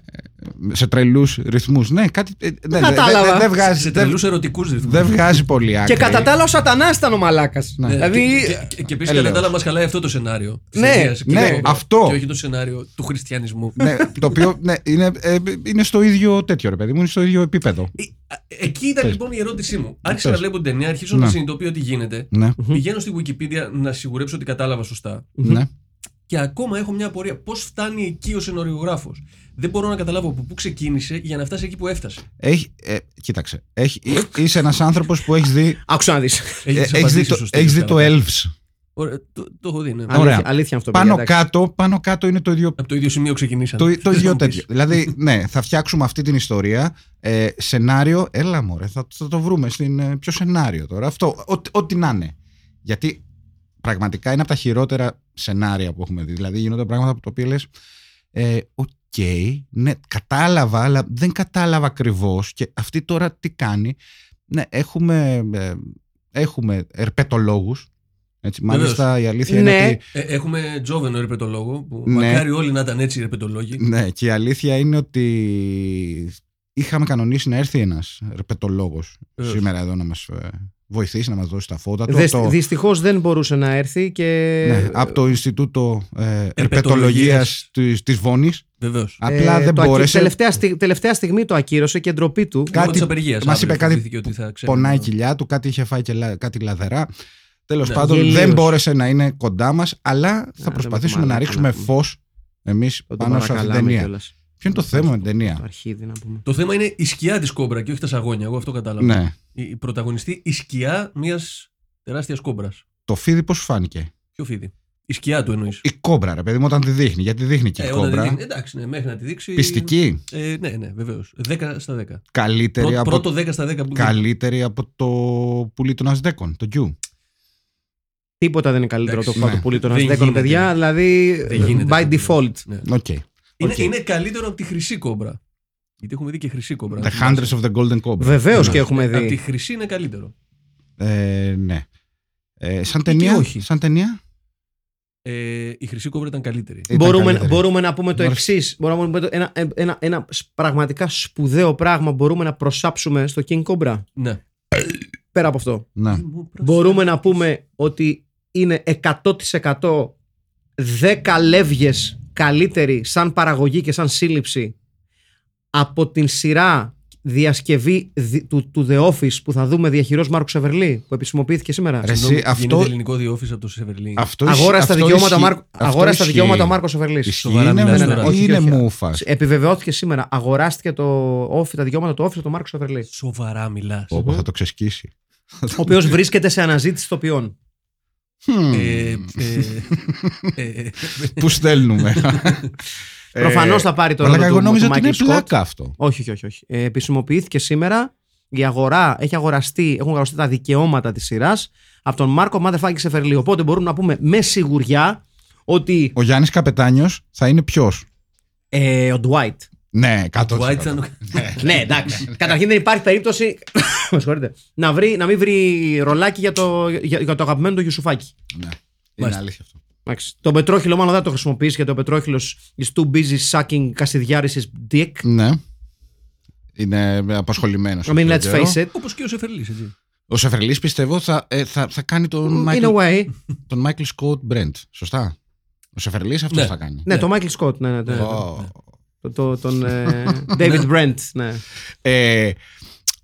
σε τρελούς ρυθμούς. Ναι, κάτι. ε, δεν- δεν-
κατάλαβα.
δεν- δεν βγάζει-
Σε
Ε, δεν-
τρελούς ερωτικούς ρυθμούς.
δεν βγάζει πολύ άκρη.
Και κατά τα άλλα, ο Σατανάς ήταν ο μαλάκας.
Ναι.
Δηλαδή.
Ε, Και επίσης
Έλεος.
κατά τα άλλα μας χαλάει αυτό το σενάριο. της
Ναι,
ταινίας. Και
ναι,
όχι-
αυτό.
Και όχι το σενάριο του χριστιανισμού.
ναι, το οποίο ναι, είναι, ε, είναι στο ίδιο τέτοιο ρε παιδί μου, είναι στο ίδιο επίπεδο.
Ε, α, Εκεί ήταν
Πες.
λοιπόν η ερώτησή μου. Άρχισα
Πες.
να βλέπω την ταινία, αρχίζω να
Ναι.
συνειδητοποιώ τι γίνεται.
Ναι,
Πηγαίνω στη Wikipedia να σιγουρέψω ότι κατάλαβα σωστά.
ναι.
Και ακόμα έχω μια απορία. Πώς φτάνει εκεί ο συνοριογράφο. Δεν μπορώ να καταλάβω από πού ξεκίνησε για να φτάσει εκεί που έφτασε.
Έχει, ε, κοίταξε, έχει, ε, είσαι ένας άνθρωπος που έχεις δει,
Άκουσα να δεις.
ε,
Έχεις
έχεις δει,
απαντήσει
το,
σωστά,
έχεις δει το
καλά.
Elves.
Ωραία, το, το έχω δει, ναι.
Α. Ωραία.
Αλήθεια αυτό
Πάνω
παιδιά, εντάξει.
κάτω, πάνω κάτω είναι το ίδιο
Από το ίδιο σημείο ξεκινήσαμε.
Το, το
Θες να
ίδιο
μου πεις.
τέτοιο. δηλαδή, ναι, θα φτιάξουμε αυτή την ιστορία. Ε, σενάριο, έλα μωρέ, θα, θα το βρούμε στην. ε, Ποιο σενάριο τώρα. Αυτό, ό,τι- ό,τι να είναι. Γιατί πραγματικά είναι από τα χειρότερα σενάρια που έχουμε δει. Δηλαδή, γίνονται πράγματα από τα οποία λες. Ε, Οκ, ναι, κατάλαβα, αλλά δεν κατάλαβα ακριβώς. Και αυτή τώρα τι κάνει. Ναι, έχουμε, ε, έχουμε ερπετολόγους. Έτσι,
Βεβαίως.
μάλιστα η αλήθεια
Ναι.
είναι ότι
Ε, έχουμε Τζόβενο ρεπετολόγο. Που
Ναι.
Μακάρι όλοι να ήταν έτσι ρεπετολόγοι.
Ναι, και η αλήθεια είναι ότι είχαμε κανονίσει να έρθει ένας ρεπετολόγο
Βεβαίως.
σήμερα εδώ να μας βοηθήσει, να μας δώσει τα φώτα του.
Δεσ-
Το-
Δυστυχώς δεν μπορούσε να έρθει και.
ναι, από το Ινστιτούτο ε, Ερπετολογία
Ερπετολογίας.
τη Βόνης.
Βεβαίως.
Απλά
Ε,
δεν
το ακυ-
μπόρεσε.
Τελευταία, στι- τελευταία στιγμή το ακύρωσε και ντροπή του.
Κα- κάτι- μας είπε κάτι
Ότι θα ξέρουμε.
Πονάει η κοιλιά του, κάτι είχε φάει και λα- κάτι λαδερά. Τέλος
Ναι.
πάντων,
Γελίος. Ναι,
δεν μπόρεσε να είναι κοντά μας, αλλά θα
δεν
προσπαθήσουμε
μαλάκα
να
να
ρίξουμε
πούμε.
φως εμείς
Ότι
πάνω σε αυτή την
παρακαλάμε
ταινία. Ναι.
κιόλας.
Ποιο είναι το θέμα με την ταινία.
Το αρχίδι να πούμε.
Το θέμα είναι η σκιά της κόμπρα και όχι τα σαγόνια. Εγώ αυτό κατάλαβα.
Ναι.
Η, η πρωταγωνιστή η σκιά μιας τεράστιας κόμπρας.
Το φίδι πώς φάνηκε.
Ποιο φίδι. Η σκιά του εννοείς.
Η κόμπρα, ρε παιδί μου, όταν τη δείχνει. Γιατί δείχνει
Ε,
και η κόμπρα.
Εντάξει, ναι, μέχρι να τη δείξει.
Πιστική.
Ε, ναι, ναι, βεβαίως. 10 στα 10. Πρω-
Καλύτερη,
Πρώτο,
από,
10 στα 10 που δείχνει.
καλύτερη από το πουλί των Αζτέκων, το Q.
Τίποτα δεν είναι καλύτερο από
Εντάξει,
το φάτο
ναι.
πουλί των
Δεν
Αζτέκων,
γίνεται.
παιδιά. Δηλαδή,
Δεν γίνεται
by
αυτό.
default.
Ναι.
Οκ.
Είναι,
Οκ.
είναι καλύτερο από τη χρυσή κόμπρα. Γιατί έχουμε δει και χρυσή κόμπρα.
The Hundreds of the Golden Cobra.
Βεβαίως
Ναι.
και έχουμε
Από τη
δει.
χρυσή είναι καλύτερο.
Ε, ναι. Ε, σαν,
Ή
ταινία,
και όχι.
σαν ταινία.
Ε, η χρυσή κόμπρα ήταν καλύτερη.
ήταν
Μπορούμε,
καλύτερη.
μπορούμε να πούμε το
Μάλιστα.
εξής. Μπορούμε να πούμε το- ένα, ένα, ένα σ- πραγματικά σπουδαίο πράγμα μπορούμε να προσάψουμε στο King Cobra.
Ναι.
Πέρα από αυτό.
Ναι.
Μπορούμε να πούμε ότι είναι 100% 10 λεύγες καλύτερη σαν παραγωγή και σαν σύλληψη από την σειρά διασκευή δι- του, του The Office που θα δούμε διαχειρός Μάρκου Σεβερλή που επισημοποιήθηκε σήμερα.
Ρε,
Συγγνώμη,
εσύ, αυτό,
Γίνεται ελληνικό διόφηση από το Σεβερλίνγκ.
αυτό
Αγόρασε τα
ισχύει-
δικαιώματα,
αυτό
Μάρκο,
ισχύει.
αγόρασε τα
Αυτό
δικαιώματα ο
ισχύει.
Μάρκο Σεβερλής.
Ισχύει,
Σοβαρά
είναι,
μιλάς
ναι,
τώρα.
όχι,
Όχι,
είναι
όχι.
μούφα.
Επιβεβαιώθηκε σήμερα. Αγοράστηκε το office, τα δικαιώματα του office από τον Μάρκο Σεβερλή.
Ε, Σοβαρά μιλάς.
Όπου θα το ξεσκίσει.
Ο οποίος βρίσκεται σε αναζήτηση τοπιών.
Χμ,
Ε, ε, ε,
Πού στέλνουμε. Ε,
Προφανώς θα πάρει το
μαλάκα,
ρόλο
Εγώ
του-
νόμιζα
του
ότι είναι
Michael Scott.
πλάκα αυτό.
Όχι, όχι, όχι. όχι. Ε, επισημοποιήθηκε σήμερα η αγορά, έχει αγοραστεί, έχουν αγοραστεί τα δικαιώματα της σειράς από τον Μάρκο Μάδεφάκη Σεφερλί. Οπότε μπορούμε να πούμε με σιγουριά ότι
Ο Γιάννης Καπετάνιος θα είναι ποιος.
ε, ο Ντουάιτ.
Ναι,
Το
κάτω.
White ήταν ο-
ναι, εντάξει. Καταρχήν δεν υπάρχει περίπτωση
Ναι.
με συγχωρείτε, να, βρει, να μην βρει ρολάκι για το, για, για το αγαπημένο του Γιουσουφάκη.
Είναι
Μάλιστα.
αλήθεια αυτό.
Εντάξει. Το πετρόχυλο, μάλλον δεν θα το χρησιμοποιήσει γιατί ο πετρόχυλος is too busy sucking κασιδιάριση dick.
Ναι. Είναι απασχολημένος.
I mean, let's face it.
Όπως και ο Σεφερλής, έτσι.
Ο Σεφερλής πιστεύω θα, ε, θα, θα κάνει τον
In a
Michael,
way.
τον Michael Scott Brent. Σωστά. Ο Σεφερλής αυτός
Ναι.
θα κάνει.
ναι, το Michael Scott. Ναι, ναι, ναι.
Ω.
Το- το- τον ε, David Brent. Ναι.
Ε,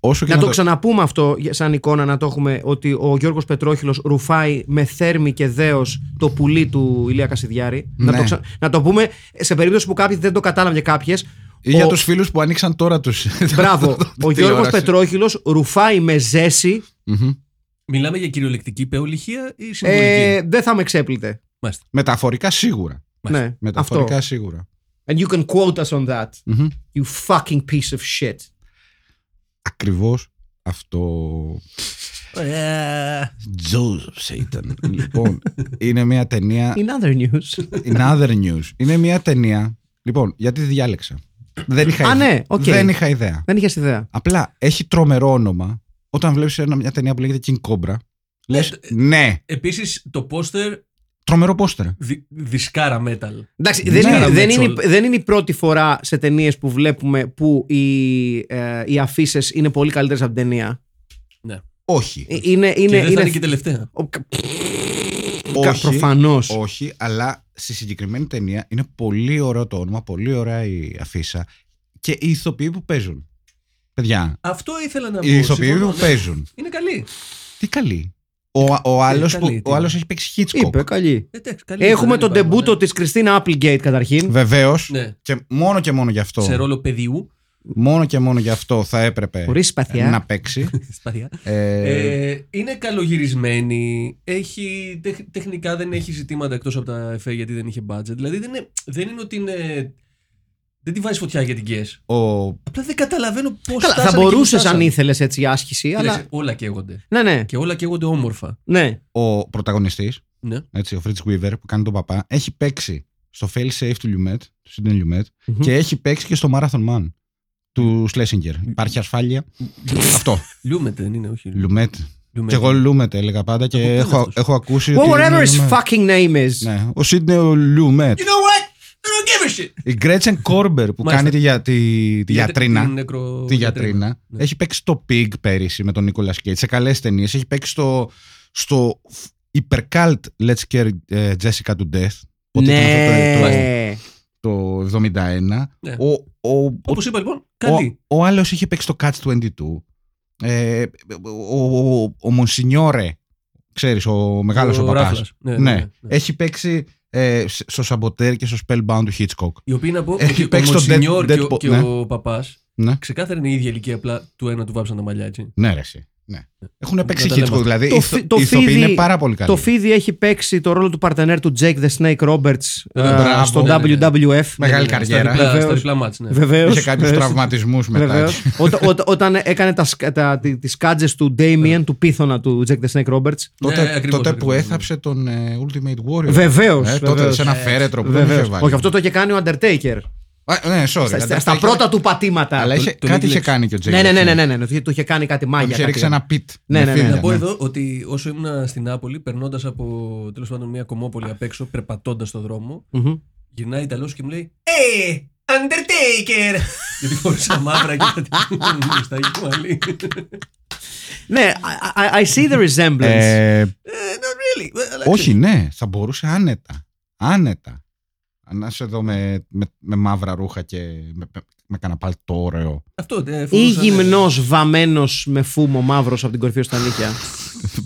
όσο και
Να
να,
το ξαναπούμε αυτό για- σαν εικόνα να το έχουμε ότι ο Γιώργος Πετρόχυλος ρουφάει με θέρμη και δέος το πουλί του Ηλία Κασιδιάρη. Να,
Ναι.
το ξα- να το πούμε σε περίπτωση που κάποιοι δεν το κατάλαβαν και κάποιες.
Ή για
Ο-
τους φίλους που ανοίξαν τώρα τους
Μπράβο. ο Γιώργος
τηλεόραση.
Πετρόχυλος ρουφάει με ζέση.
Μμμ.
Μιλάμε για κυριολεκτική πεολυχία ή συμβολική.
Ε, δεν θα με εξέπλητε.
Μάλιστα.
Μεταφορικά σίγουρα.
Μάλιστα.
Ναι, αυτό.
Μεταφορικά σίγουρα.
And you can quote us on that.
Μμμ.
You fucking piece of shit.
Ακριβώς αυτό.
Ε,
Τζόζεφ ήταν. λοιπόν, είναι μια ταινία.
In other news.
In other news. Είναι μια ταινία. Λοιπόν, γιατί τη διάλεξα. Δεν είχα,
Α,
ιδέα.
ναι, οκ.
Δεν είχα ιδέα.
δεν είχες ιδέα.
Απλά έχει τρομερό όνομα. Όταν βλέπεις μια ταινία που λέγεται King Cobra, λες. Ναι,
Επίσης το πόστερ
τρομερό πόστερ.
δι- δισκάρα metal.
Εντάξει,
Ναι,
δεν, είναι,
αλλά
δεν,
Μέτσολ.
είναι, δεν είναι η πρώτη φορά σε ταινίες που βλέπουμε που οι, ε, οι αφήσει είναι πολύ καλύτερες από την ταινία.
Όχι.
Ε, Είναι,
και
είναι,
δεν θα είναι
είναι
και η τελευταία.
όχι.
Προφανώς.
Όχι, αλλά στη συγκεκριμένη ταινία είναι πολύ ωραίο το όνομα, πολύ ωραία η αφίσα και οι ηθοποιοί που παίζουν. Παιδιά,
Αυτό ήθελα να πω.
οι ηθοποιοί
συμφωνώ,
που
ναι.
παίζουν.
Είναι καλή.
Τι καλή. Ο, ο άλλος,
καλή,
που,
τι
ο
είναι.
άλλος έχει παίξει
Είπε,
Hitchcock.
καλή.
Ε, Εντάξει, καλή
Έχουμε
δεν
τον
υπάρχει,
τεμπούτο
ναι.
της Κριστίνα Applegate καταρχήν.
Βεβαίως
Ναι.
και μόνο και μόνο γι' αυτό.
Σε ρόλο παιδιού.
Μόνο και μόνο γι' αυτό θα έπρεπε
Χωρίς σπαθιά.
να παίξει.
Σπαθιά.
Ε,
Ε, είναι καλογυρισμένη. Έχει, τεχ- τεχνικά δεν έχει ζητήματα εκτός από τα εφέ γιατί δεν είχε budget. Δηλαδή δεν είναι, δεν είναι ότι είναι. Δεν τη βάζεις φωτιά για την γκες.
ο,
Απλά δεν καταλαβαίνω πώς.
Καλά, θα μπορούσες αν ήθελες έτσι άσκηση, αλλά.
Όλα καίγονται.
Ναι, ναι,
Και όλα καίγονται όμορφα.
ναι.
ο πρωταγωνιστής,
Ναι.
έτσι, ο Fritz Weaver που κάνει τον παπά, έχει παίξει στο Fail Safe του Λιουμέτ, του Sidney Lumet,
Μμμ.
και έχει παίξει και στο Marathon Man του Schlesinger. Υπάρχει ασφάλεια. Αυτό.
Λιούμεται, δεν είναι, όχι.
Λουμέτ.
Λιούμεται.
Και εγώ Λουμέτ έλεγα πάντα και
Από πού είναι
έχω,
αυτός?
έχω ακούσει.
Well,
ότι
whatever
είναι
his
ναι,
Lumet.
fucking name is.
Ναι, ο Σίδνεο Λουμέτ.
You know what? I don't give a shit.
Η Γκρέτσεν Κόρμπερ που
Μάλιστα.
κάνει τη, για- τη, τη
Την
γιατρίνα.
νεκρο-
Τη γιατρίνα.
Ναι.
Έχει παίξει στο Pig πέρυσι με τον Νίκολα Κέιτ. Σε καλές ταινίες. Έχει παίξει στο, στο υπερκάλτ Let's Care ε, Jessica to Death. Πότε ήταν αυτό
Ναι.
το, το, το 71.
Ναι.
Ο, ο, ο
Όπως είπα λοιπόν, καλή.
Ο, ο άλλος είχε παίξει το Catch 22. Ε, ο, ο, ο, ο Μονσινιόρε, ξέρεις, ο μεγάλος ο, παπάς.
Ράφλας. Ναι,
Ναι,
ναι, ναι, ναι.
Έχει παίξει ε, σ- στο Σαμποτέρ και στο Spellbound του Hitchcock.
Οι οποίοι να πω
Έχει
ότι ο
παίξει το Dead-
Μονσινιόρ και, ο-
Deadpool,
και
ναι.
ο παπάς
Ναι,
ξεκάθαρα είναι η ίδια ηλικία. Απλά του ένα του βάψαν τα μαλλιά έτσι.
ναι, ρε, εσύ. Ναι. Έχουν παίξει
τα λέμε
Hitchcock,
αυτά.
δηλαδή.
Το
οι
φι-
ηθο-
το
οι ηθοποιοί
φίδι-
είναι πάρα πολύ καλοί.
Το Φίδι έχει παίξει το ρόλο του παρτενέρ του Jake the Snake Roberts ε,
μπράβο.
στο
Ναι, ναι, ναι.
WWF.
Μεγάλη
Ναι, ναι, ναι,
καριέρα.
Στα διπλά, στα
Βεβαίως.
διπλά μάτς, ναι.
Βεβαίω.
Είχε κάποιου τραυματισμούς μετά.
Βεβαίως. Ότα- ότα- όταν έκανε τα, σκα- τα, τι- τις κάτζες του Damien, του πίθωνα του Jack the Snake Roberts.
Τότε,
Ναι, ακριβώς,
τότε που
ακριβώς.
έθαψε τον ε, Ultimate Warrior.
Βεβαίως,
Ε, τότε
βεβαίως.
σε ένα φέρετρο που δεν είχε
Βεβαίως.
βάλει.
Όχι, αυτό το είχε κάνει ο Undertaker.
Α, ναι, sorry.
Στα, στα,
Undertaker,
στα πρώτα του πατήματα.
Αλλά είχε,
το
κάτι είχε
Netflix.
κάνει και ο Τζέιμ.
Ναι, ναι, ναι, ναι, ναι, ναι, ναι, του είχε κάνει κάτι μάγια.
Είχε
κάτι
ρίξει
τέτοιο.
ένα πιτ.
Ναι,
με
ναι, ναι.
φίδια,
Να πω εδώ ότι όσο ήμουν στην Νάπολη, περνώντας από τέλος πάντων μια κομμόπολη απ' έξω, περπατώντας στον δρόμο,
Μμμ.
γυρνάει Ιταλό και μου λέει Ε! Undertaker! Γιατί φορούσα μαύρα και κάτι μουστάκι του μαλλί.
Ναι, I- I, I see the resemblance.
Ε,
Ε, Not really. Ε, αλλά
όχι, ναι, θα μπορούσε άνετα. Άνετα. Να είσαι εδώ με, με, με μαύρα ρούχα και με, με, με κανένα παλτό ωραίο.
Αυτό, ε,
Ή
φορούσαν, ε,
γυμνός βαμμένος με φούμο μαύρος από την κορυφή ως τα νύχια.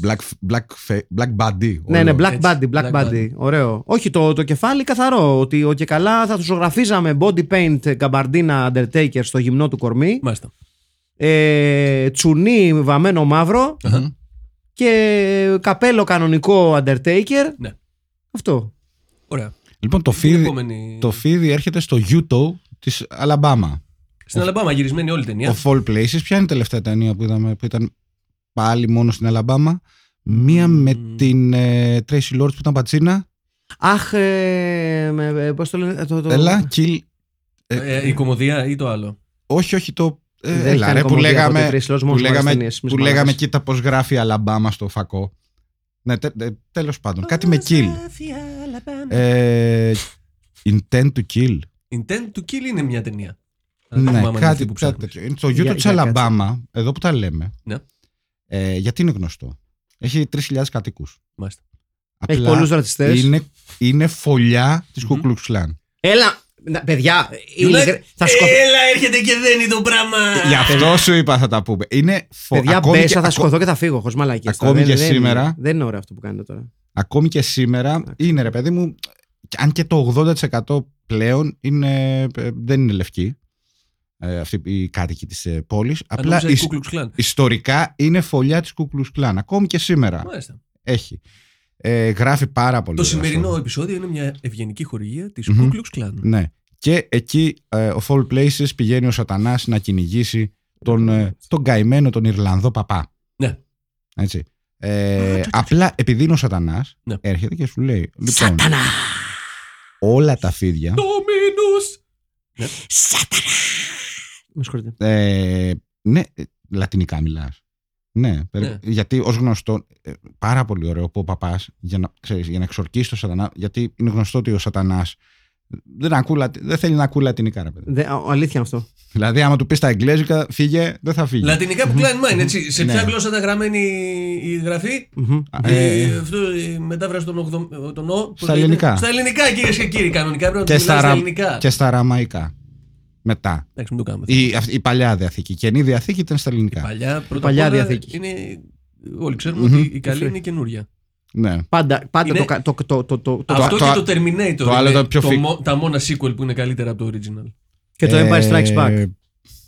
Black, black, fe- black body.
Ναι,
όλο.
ναι, black
Έτσι,
body,
black
black
body.
body. Ωραίο. Όχι, το, το κεφάλι καθαρό. Ότι ο και καλά θα του ζωγραφίζαμε body paint καμπαρντίνα Undertaker στο γυμνό του κορμί.
Μάλιστα.
Ε, τσουνί βαμμένο μαύρο.
Αχα.
Και καπέλο κανονικό Undertaker.
Ναι.
Αυτό.
Ωραία.
Λοιπόν, το
Την
φίδι,
επόμενη-
το φίδι έρχεται στο Utah της Αλαμπάμα.
Στην Αλαμπάμα γυρισμένη όλη η ταινία.
Ο Fall Places. Ποια είναι η τελευταία ταινία που είδαμε που ήταν πάλι μόνο στην Αλαμπάμα. Μία με
Μμμ.
την ε, Tracy Lords που ήταν πατσίνα.
Αχ, ε, με- ε, πώς το λένε. Το, το...
Έλα, kill. ε,
Ε, η κομμωδία ή το άλλο.
όχι, όχι, το. ε,
Δεν
έλα,
έχει
ρε,
κάνει
που
κομμωδία από
λέγαμε.
τη Tracy Lords,
που
μόνος
λέγαμε,
μόνος ταινίες,
που
μης μάνας.
λέγαμε κοίτα πως γράφει η Αλαμπάμα στο φακό. Ναι, τε, τέλος πάντων. Κάτι με kill. Ε, intent to kill.
Intent to Kill είναι μια ταινία. Αν δεν
Ναι,
θυμάμαι αν είναι αυτή
κάτι,
που
κάτι
ψάχνεις.
τέτοιο. Είναι στο YouTube
Για-
τη
για κάτσε.
Αλαμπάμα, εδώ που τα λέμε.
Ναι.
Ε, γιατί είναι γνωστό. Έχει 3.000 κατοίκους.
Μάλιστα.
Έχει πολλούς ρατσιστές.
είναι, είναι φωλιά της
Μμμ.
Κουκλουξ Κλάν.
Έλα, να- παιδιά, ειλικρι- θα σκοτώ.
Έλα, έρχεται και δένει το πράγμα.
Γι' αυτό σου είπα θα τα πούμε. Είναι φω...
Παιδιά,
ακόμη, και,
μπέσα, θα
ακο-
σκοτώ και θα φύγω. Χωρίς μαλακία.
Ακόμη και σήμερα.
Δεν είναι ωραίο αυτό που κάνετε τώρα.
ακόμη και σήμερα είναι ρε παιδί μου, και αν και το 80% πλέον είναι, ε, δεν είναι λευκοί. Ε, αυτοί οι κάτοικοι της ε, πόλης. Απλά
Απλά
ισ-
η Κούκλουξ Κλάν.
ιστορικά είναι φωλιά της Κουκλουξ Κλάν. Ακόμη και σήμερα.
Μάλιστα.
Έχει. Ε, γράφει πάρα πολύ.
Το
ωραία
σημερινό
αυτό.
επεισόδιο είναι μια ευγενική χορηγία της
Μμμ.
Κούκλουξ Κλάν.
Ναι. Και εκεί ε, ο Fall Places πηγαίνει ο Σατανάς να κυνηγήσει τον, ε, τον καημένο, τον Ιρλανδό παπά.
Ναι.
Έτσι. Ε, απλά επειδή είναι ο Σατανάς
Ναι.
έρχεται και σου λέει λοιπόν,
Σατανά!
όλα τα φίδια
Ντόμινους.
Σατανά! Με συγχωρείτε.
ε, ναι, ε, λατινικά μιλάς. Ναι, περι-
Ναι.
γιατί ως γνωστό, ε, πάρα πολύ ωραίο που ο παπάς για να, ξέρεις, για να εξορκίσει τον σατανά, γιατί είναι γνωστό ότι ο σατανάς δεν, ακούει λατι- δεν θέλει να ακούει λατινικά, ρε παιδί.
Ναι.
Δε- α, αλήθεια είναι αυτό.
Δηλαδή, άμα του πεις τα εγγλέζικα, φύγε, δεν θα φύγει.
Λατινικά που κλάνει μάιν, έτσι. Σε ποια
Ναι.
γλώσσα ήταν γραμμένη η γραφή.
Μμμ.
Ε,
Ε, αυτό, η μετάφραση των, ογδο- των ο, πώς
Στα
λέγεται?
ελληνικά.
Στα ελληνικά, κυρίες και κύριοι, κανονικά πρέπει να
και,
μιλάς
στα
στα
ρα-
ελληνικά.
και στα αραμαϊκά. Μετά.
Εντάξει, μην το κάνουμε.
Η, αυ- η παλιά διαθήκη. Η καινή διαθήκη ήταν στα ελληνικά.
Παλιά, πρώτα
Παλιά
απ' όλα,
Διαθήκη.
Είναι... Όλοι ξέρουμε
Μμμ.
ότι η καλή είναι η καινούρια.
Ναι.
Πάντα, πάντα
Είναι-
το, κα- το, το, το, το, το-
Αυτό
το-
και
το-
το Terminator.
το άλλο
είναι
ήταν πιο
το
φι-
μο- Τα μόνα sequel που είναι καλύτερα από το original.
και το Empire
ε,
Strikes Back.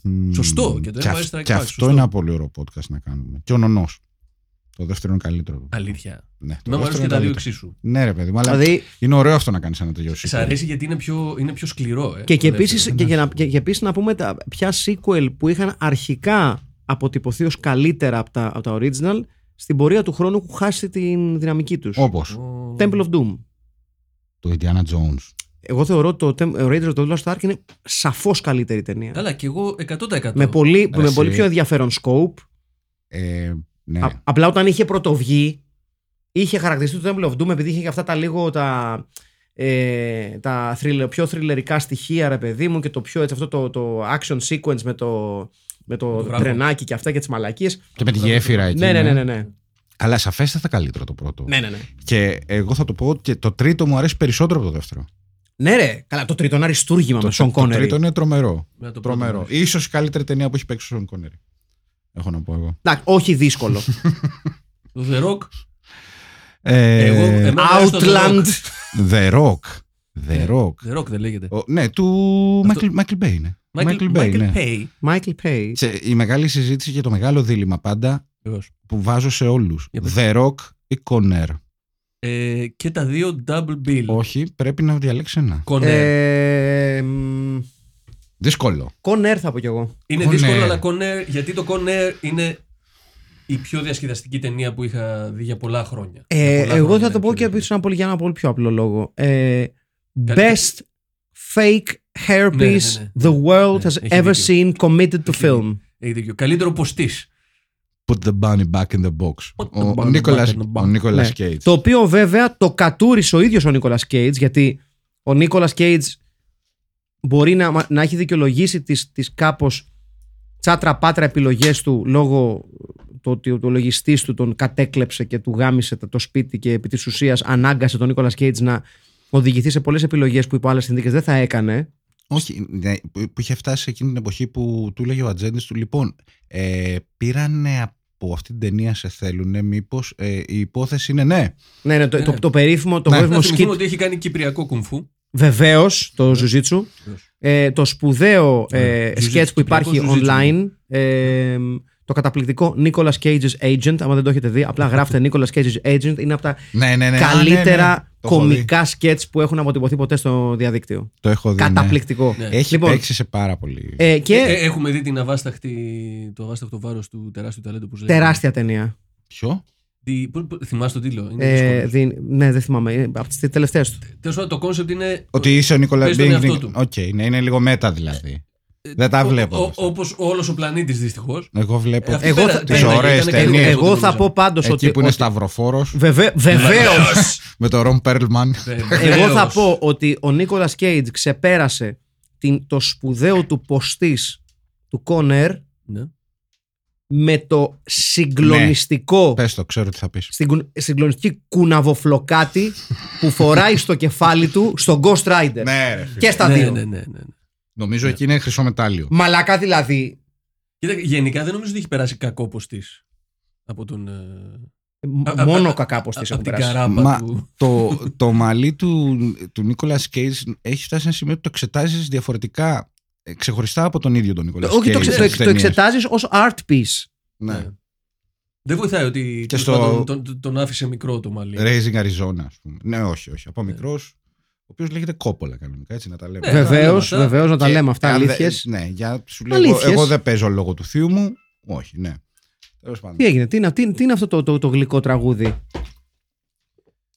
μ,
Σωστό, και το Empire
αυ-
Strikes Back,
Και αυτό
σωστό.
είναι ένα πολύ ωραίο podcast να κάνουμε. Και ο νονός. Το δεύτερο είναι καλύτερο.
Αλήθεια.
Ναι, το
Να
δεύτερο
μου αρέσουν και
είναι
τα δύο
καλύτερο.
εξίσου.
Ναι, ρε παιδί μου, αλλά
Δηλαδή,
είναι ωραίο αυτό να κάνεις ένα τέτοιο
Σ'
sequel.
αρέσει γιατί είναι πιο, είναι πιο σκληρό. Ε,
και, και
το δεύτερο.
επίσης και, και,
ναι.
να- και, και επίσης να πούμε τα, ποια sequel που είχαν αρχικά αποτυπωθεί ως καλύτερα από τα, από τα original στην πορεία του χρόνου έχουν χάσει την δυναμική τους.
Όπως
Ο-
Temple of Doom.
το Indiana Jones.
Εγώ θεωρώ το Tem- Raiders of the Lost Ark είναι σαφώς καλύτερη ταινία.
Καλά, και εγώ 100%.
Με πολύ,
Ρε
με πολύ
εσύ.
πιο ενδιαφέρον scope.
Ε, ναι.
Α- απλά όταν είχε πρωτοβγεί, είχε χαρακτηριστεί το Temple of Doom επειδή είχε και αυτά τα λίγο τα, ε, τα thriller- πιο θρυλερικά στοιχεία, ρε παιδί μου, και το πιο έτσι, αυτό το, το action sequence με το, με το,
Το βράχο.
τρενάκι και αυτά και τις μαλακίες.
και με τη γέφυρα εκεί.
Ναι, ναι, ναι, ναι. ναι.
Αλλά σαφέστατα καλύτερο το πρώτο.
ναι, ναι, ναι.
Και εγώ θα το πω ότι το τρίτο μου αρέσει περισσότερο από το δεύτερο.
Ναι, ρε. Καλά, το τρίτο είναι αριστούργημα με
το,
Sean
το
Connery.
τρίτο είναι τρομερό.
Με το πρώτο
Τρομερό.
μέρος.
Ίσως η καλύτερη ταινία που έχει παίξει ο Σον Κόνερη. Έχω να πω εγώ.
Εντάξει, όχι δύσκολο.
Το The Rock.
Ε,
Εγώ, εμένα μου αρέσει το The
Outland.
Rock.
The Rock. The Rock.
The Rock δεν λέγεται.
Ο- ναι, του
Αυτό-
Michael, Michael Bay είναι. Bay,
Michael, Michael
ναι.
Pay.
Michael Pay.
Σε- η μεγάλη συζήτηση για το μεγάλο δίλημα πάντα
Βεβαίως.
που βάζω σε όλους.
Για πες.
The Rock ή Conner.
Ε, και τα δύο double bill.
Όχι, πρέπει να διαλέξει ένα.
Conner.
Ε, μ,
Δύσκολο.
Con Air θα πω κι εγώ.
είναι
Con
δύσκολο,
Air.
αλλά Conner, γιατί το Conner είναι η πιο διασκεδαστική ταινία που είχα δει για πολλά χρόνια.
Ε,
Για πολλά
εγώ
χρόνια
θα το πω
ήταν
και
πιο
πίσω ένα πολύ, για ένα πολύ πιο απλό λόγο. Ε, best
Καλύτερη.
fake hairpiece
Ναι, ναι, ναι,
the
ναι.
world
Ναι,
has
έχει
ever
δίκιο.
seen committed to
Έχει
film.
Έχει δίκιο. Καλύτερο ποστής.
Put the bunny back in the box.
Put the
Ο- ο
bunny
Nicolas-
back in the box.
Ο Νίκολας
Ναι. Το οποίο βέβαια το κατούρισε ο ίδιος ο Νίκολας Cage γιατί ο Νίκολας Cage μπορεί να, μα- να έχει δικαιολογήσει τις, τις κάπως τσάτρα-πάτρα επιλογές του λόγω το ότι ο λογιστής του τον κατέκλεψε και του γάμισε τα- το σπίτι και επί της ουσίας ανάγκασε τον Νίκολας Cage να οδηγηθεί σε πολλές επιλογές που υπό άλλες συνθήκες δεν θα έκανε.
Όχι, ναι, που που είχε φτάσει εκείνη την εποχή που του έλεγε ο ατζέντης του. Λοιπόν, ε, πήρανε από αυτή την ταινία σε θέλουνε, μήπως η υπόθεση είναι ναι.
Ναι, ναι, το,
Ναι,
το,
ναι.
το περίφημο, το
Ναι.
περίφημο
Να
σκιτ.
θυμηθούμε ότι έχει κάνει κυπριακό κουμφού.
Βεβαίως,
Ναι.
το Ζουζίτσου. Ε, το σπουδαίο
Ναι,
ε,
Jiu-Jitsu,
σκέτ που υπάρχει
κυπριακό Jiu-Jitsu.
online.
ναι.
Ε, το καταπληκτικό Nicolas Cage's Agent. άμα δεν το έχετε δει, απλά γράφτε Nicolas Cage's Agent. Είναι από τα
Ναι, ναι, ναι. α,
καλύτερα
ναι, ναι. Το έχω δει.
κομικά σκέτ που έχουν αποτυπωθεί ποτέ στο διαδίκτυο.
Το έχω δει. ναι.
Καταπληκτικό.
Ναι.
Έχει
Λοιπόν.
παίξει σε πάρα πολύ.
Ε, και
Ε, ε, έχουμε δει την αβάσταχτη, το αβάσταχτο βάρος του τεράστιου ταλέντου που λέγεται.
τεράστια ταινία.
Ποιο?
Τι- πού- πού- θυμάσαι τον τίτλο. Είναι
Ε,
δύσκολο.
δι- ναι, δεν θυμάμαι. ε, Από τις τελευταίες του.
Τέλος πάντων, το κόνσεπτ είναι.
Ότι είσαι ο Νίκολα
Παίζει τον εαυτό του.
Οκ, ναι, είναι λίγο μέτα δηλαδή. Δεν τα βλέπω. αυτά.
Όπως όλος ο πλανήτης δυστυχώς.
Εγώ βλέπω
Εγώ θα-
τι ωραίες
Ήταν
Εγώ,
ταινίες,
ταινίε.
εγώ
εγώ θα
νομίζω.
πω πάντως ότι.
Εκεί που είναι
ότι-
σταυροφόρος
Βεβαίως.
με τον Ρομ Πέρλμαν.
Ε,
εγώ θα πω ότι ο Νίκολα Κέιτ ξεπέρασε την, το σπουδαίο του ποστής του Κόνερ
Ναι.
με το συγκλονιστικό.
Πες το, ξέρω τι θα πεις.
στην κουν- συγκλονιστική κουναβοφλοκάτη που φοράει στο κεφάλι του στον Ghost Rider.
Ναι, ρε. φίλε.
Και στα
Ναι,
δύο.
ναι, ναι, ναι.
Νομίζω εκεί είναι χρυσό μετάλλιο.
Μαλάκα δηλαδή.
Κοίτα, γενικά δεν νομίζω ότι έχει περάσει κακό ποστής από τον. ε,
μ-
Α, α,
μόνο
α,
κακά από στις
α-
έχουν
από την
περάσει.
καράμπα
Μα-
του.
το, το μαλλί του, του Νίκολας Κέιτ έχει φτάσει σε ένα σημείο που το εξετάζεις διαφορετικά. ε, Ξεχωριστά από τον ίδιο τον Νίκολας Κέιτ.
Όχι, το, εξε, το, εξ- το εξετάζεις ως art piece.
Ναι.
Δεν βοηθάει ότι τέλος
στο-
πάντων, τον, τον, τον άφησε μικρό το μαλλί.
Ναι,
Raising Arizona, ας πούμε. Ναι, όχι, όχι. Από μικρό, ο οποίος λέγεται Κόπολα κανονικά, έτσι να τα λέμε.
Ναι,
Και-
Βεβαίως,
τα λέμε αυτά.
βεβαίως να τα λέμε αυτά
αν δεν-
αλήθειες.
Ναι, για σου λέω. Εγώ,
Αλήθειες.
εγώ δεν παίζω λόγω του θείου μου. Όχι, ναι. Τέλος
Τι
πάντων.
έγινε, τι, είναι- τι, τι είναι αυτό το, το, το γλυκό τραγούδι.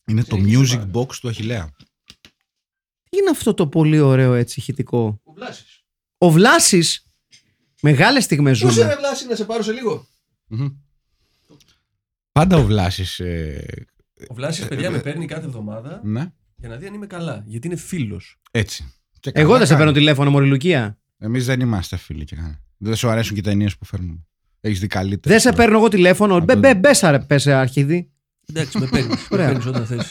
Είναι το music box του Αχηλέα.
Τι είναι αυτό το πολύ ωραίο έτσι ηχητικό.
Ο Βλάσης.
Ο Βλάσης, μεγάλες στιγμές
Πού είσαι, ρε
ζούμε.
Βλάση, να σε πάρω σε λίγο.
Μμμ. Πάντα ο Βλάσης. Ε,
Ο Βλάσης, παιδιά, με παίρνει κάθε εβδομάδα
ναι,
για να δει αν είμαι καλά. Γιατί είναι φίλος.
έτσι. Και
Εγώ
καλά
δεν σε παίρνω
κάνει.
τηλέφωνο, Μωριλουκία.
Εμείς δεν είμαστε φίλοι και κανένα. Δεν σου αρέσουν και οι ταινίες που φέρνουμε. Έχεις δει καλύτερα.
Δεν σε παίρνω εγώ τηλέφωνο.
Α, το-
Μπέσα πέσε ε, αρχίδι.
Εντάξει, με παίρνεις. με
Ωραία.
παίρνεις όταν θες.
Ε,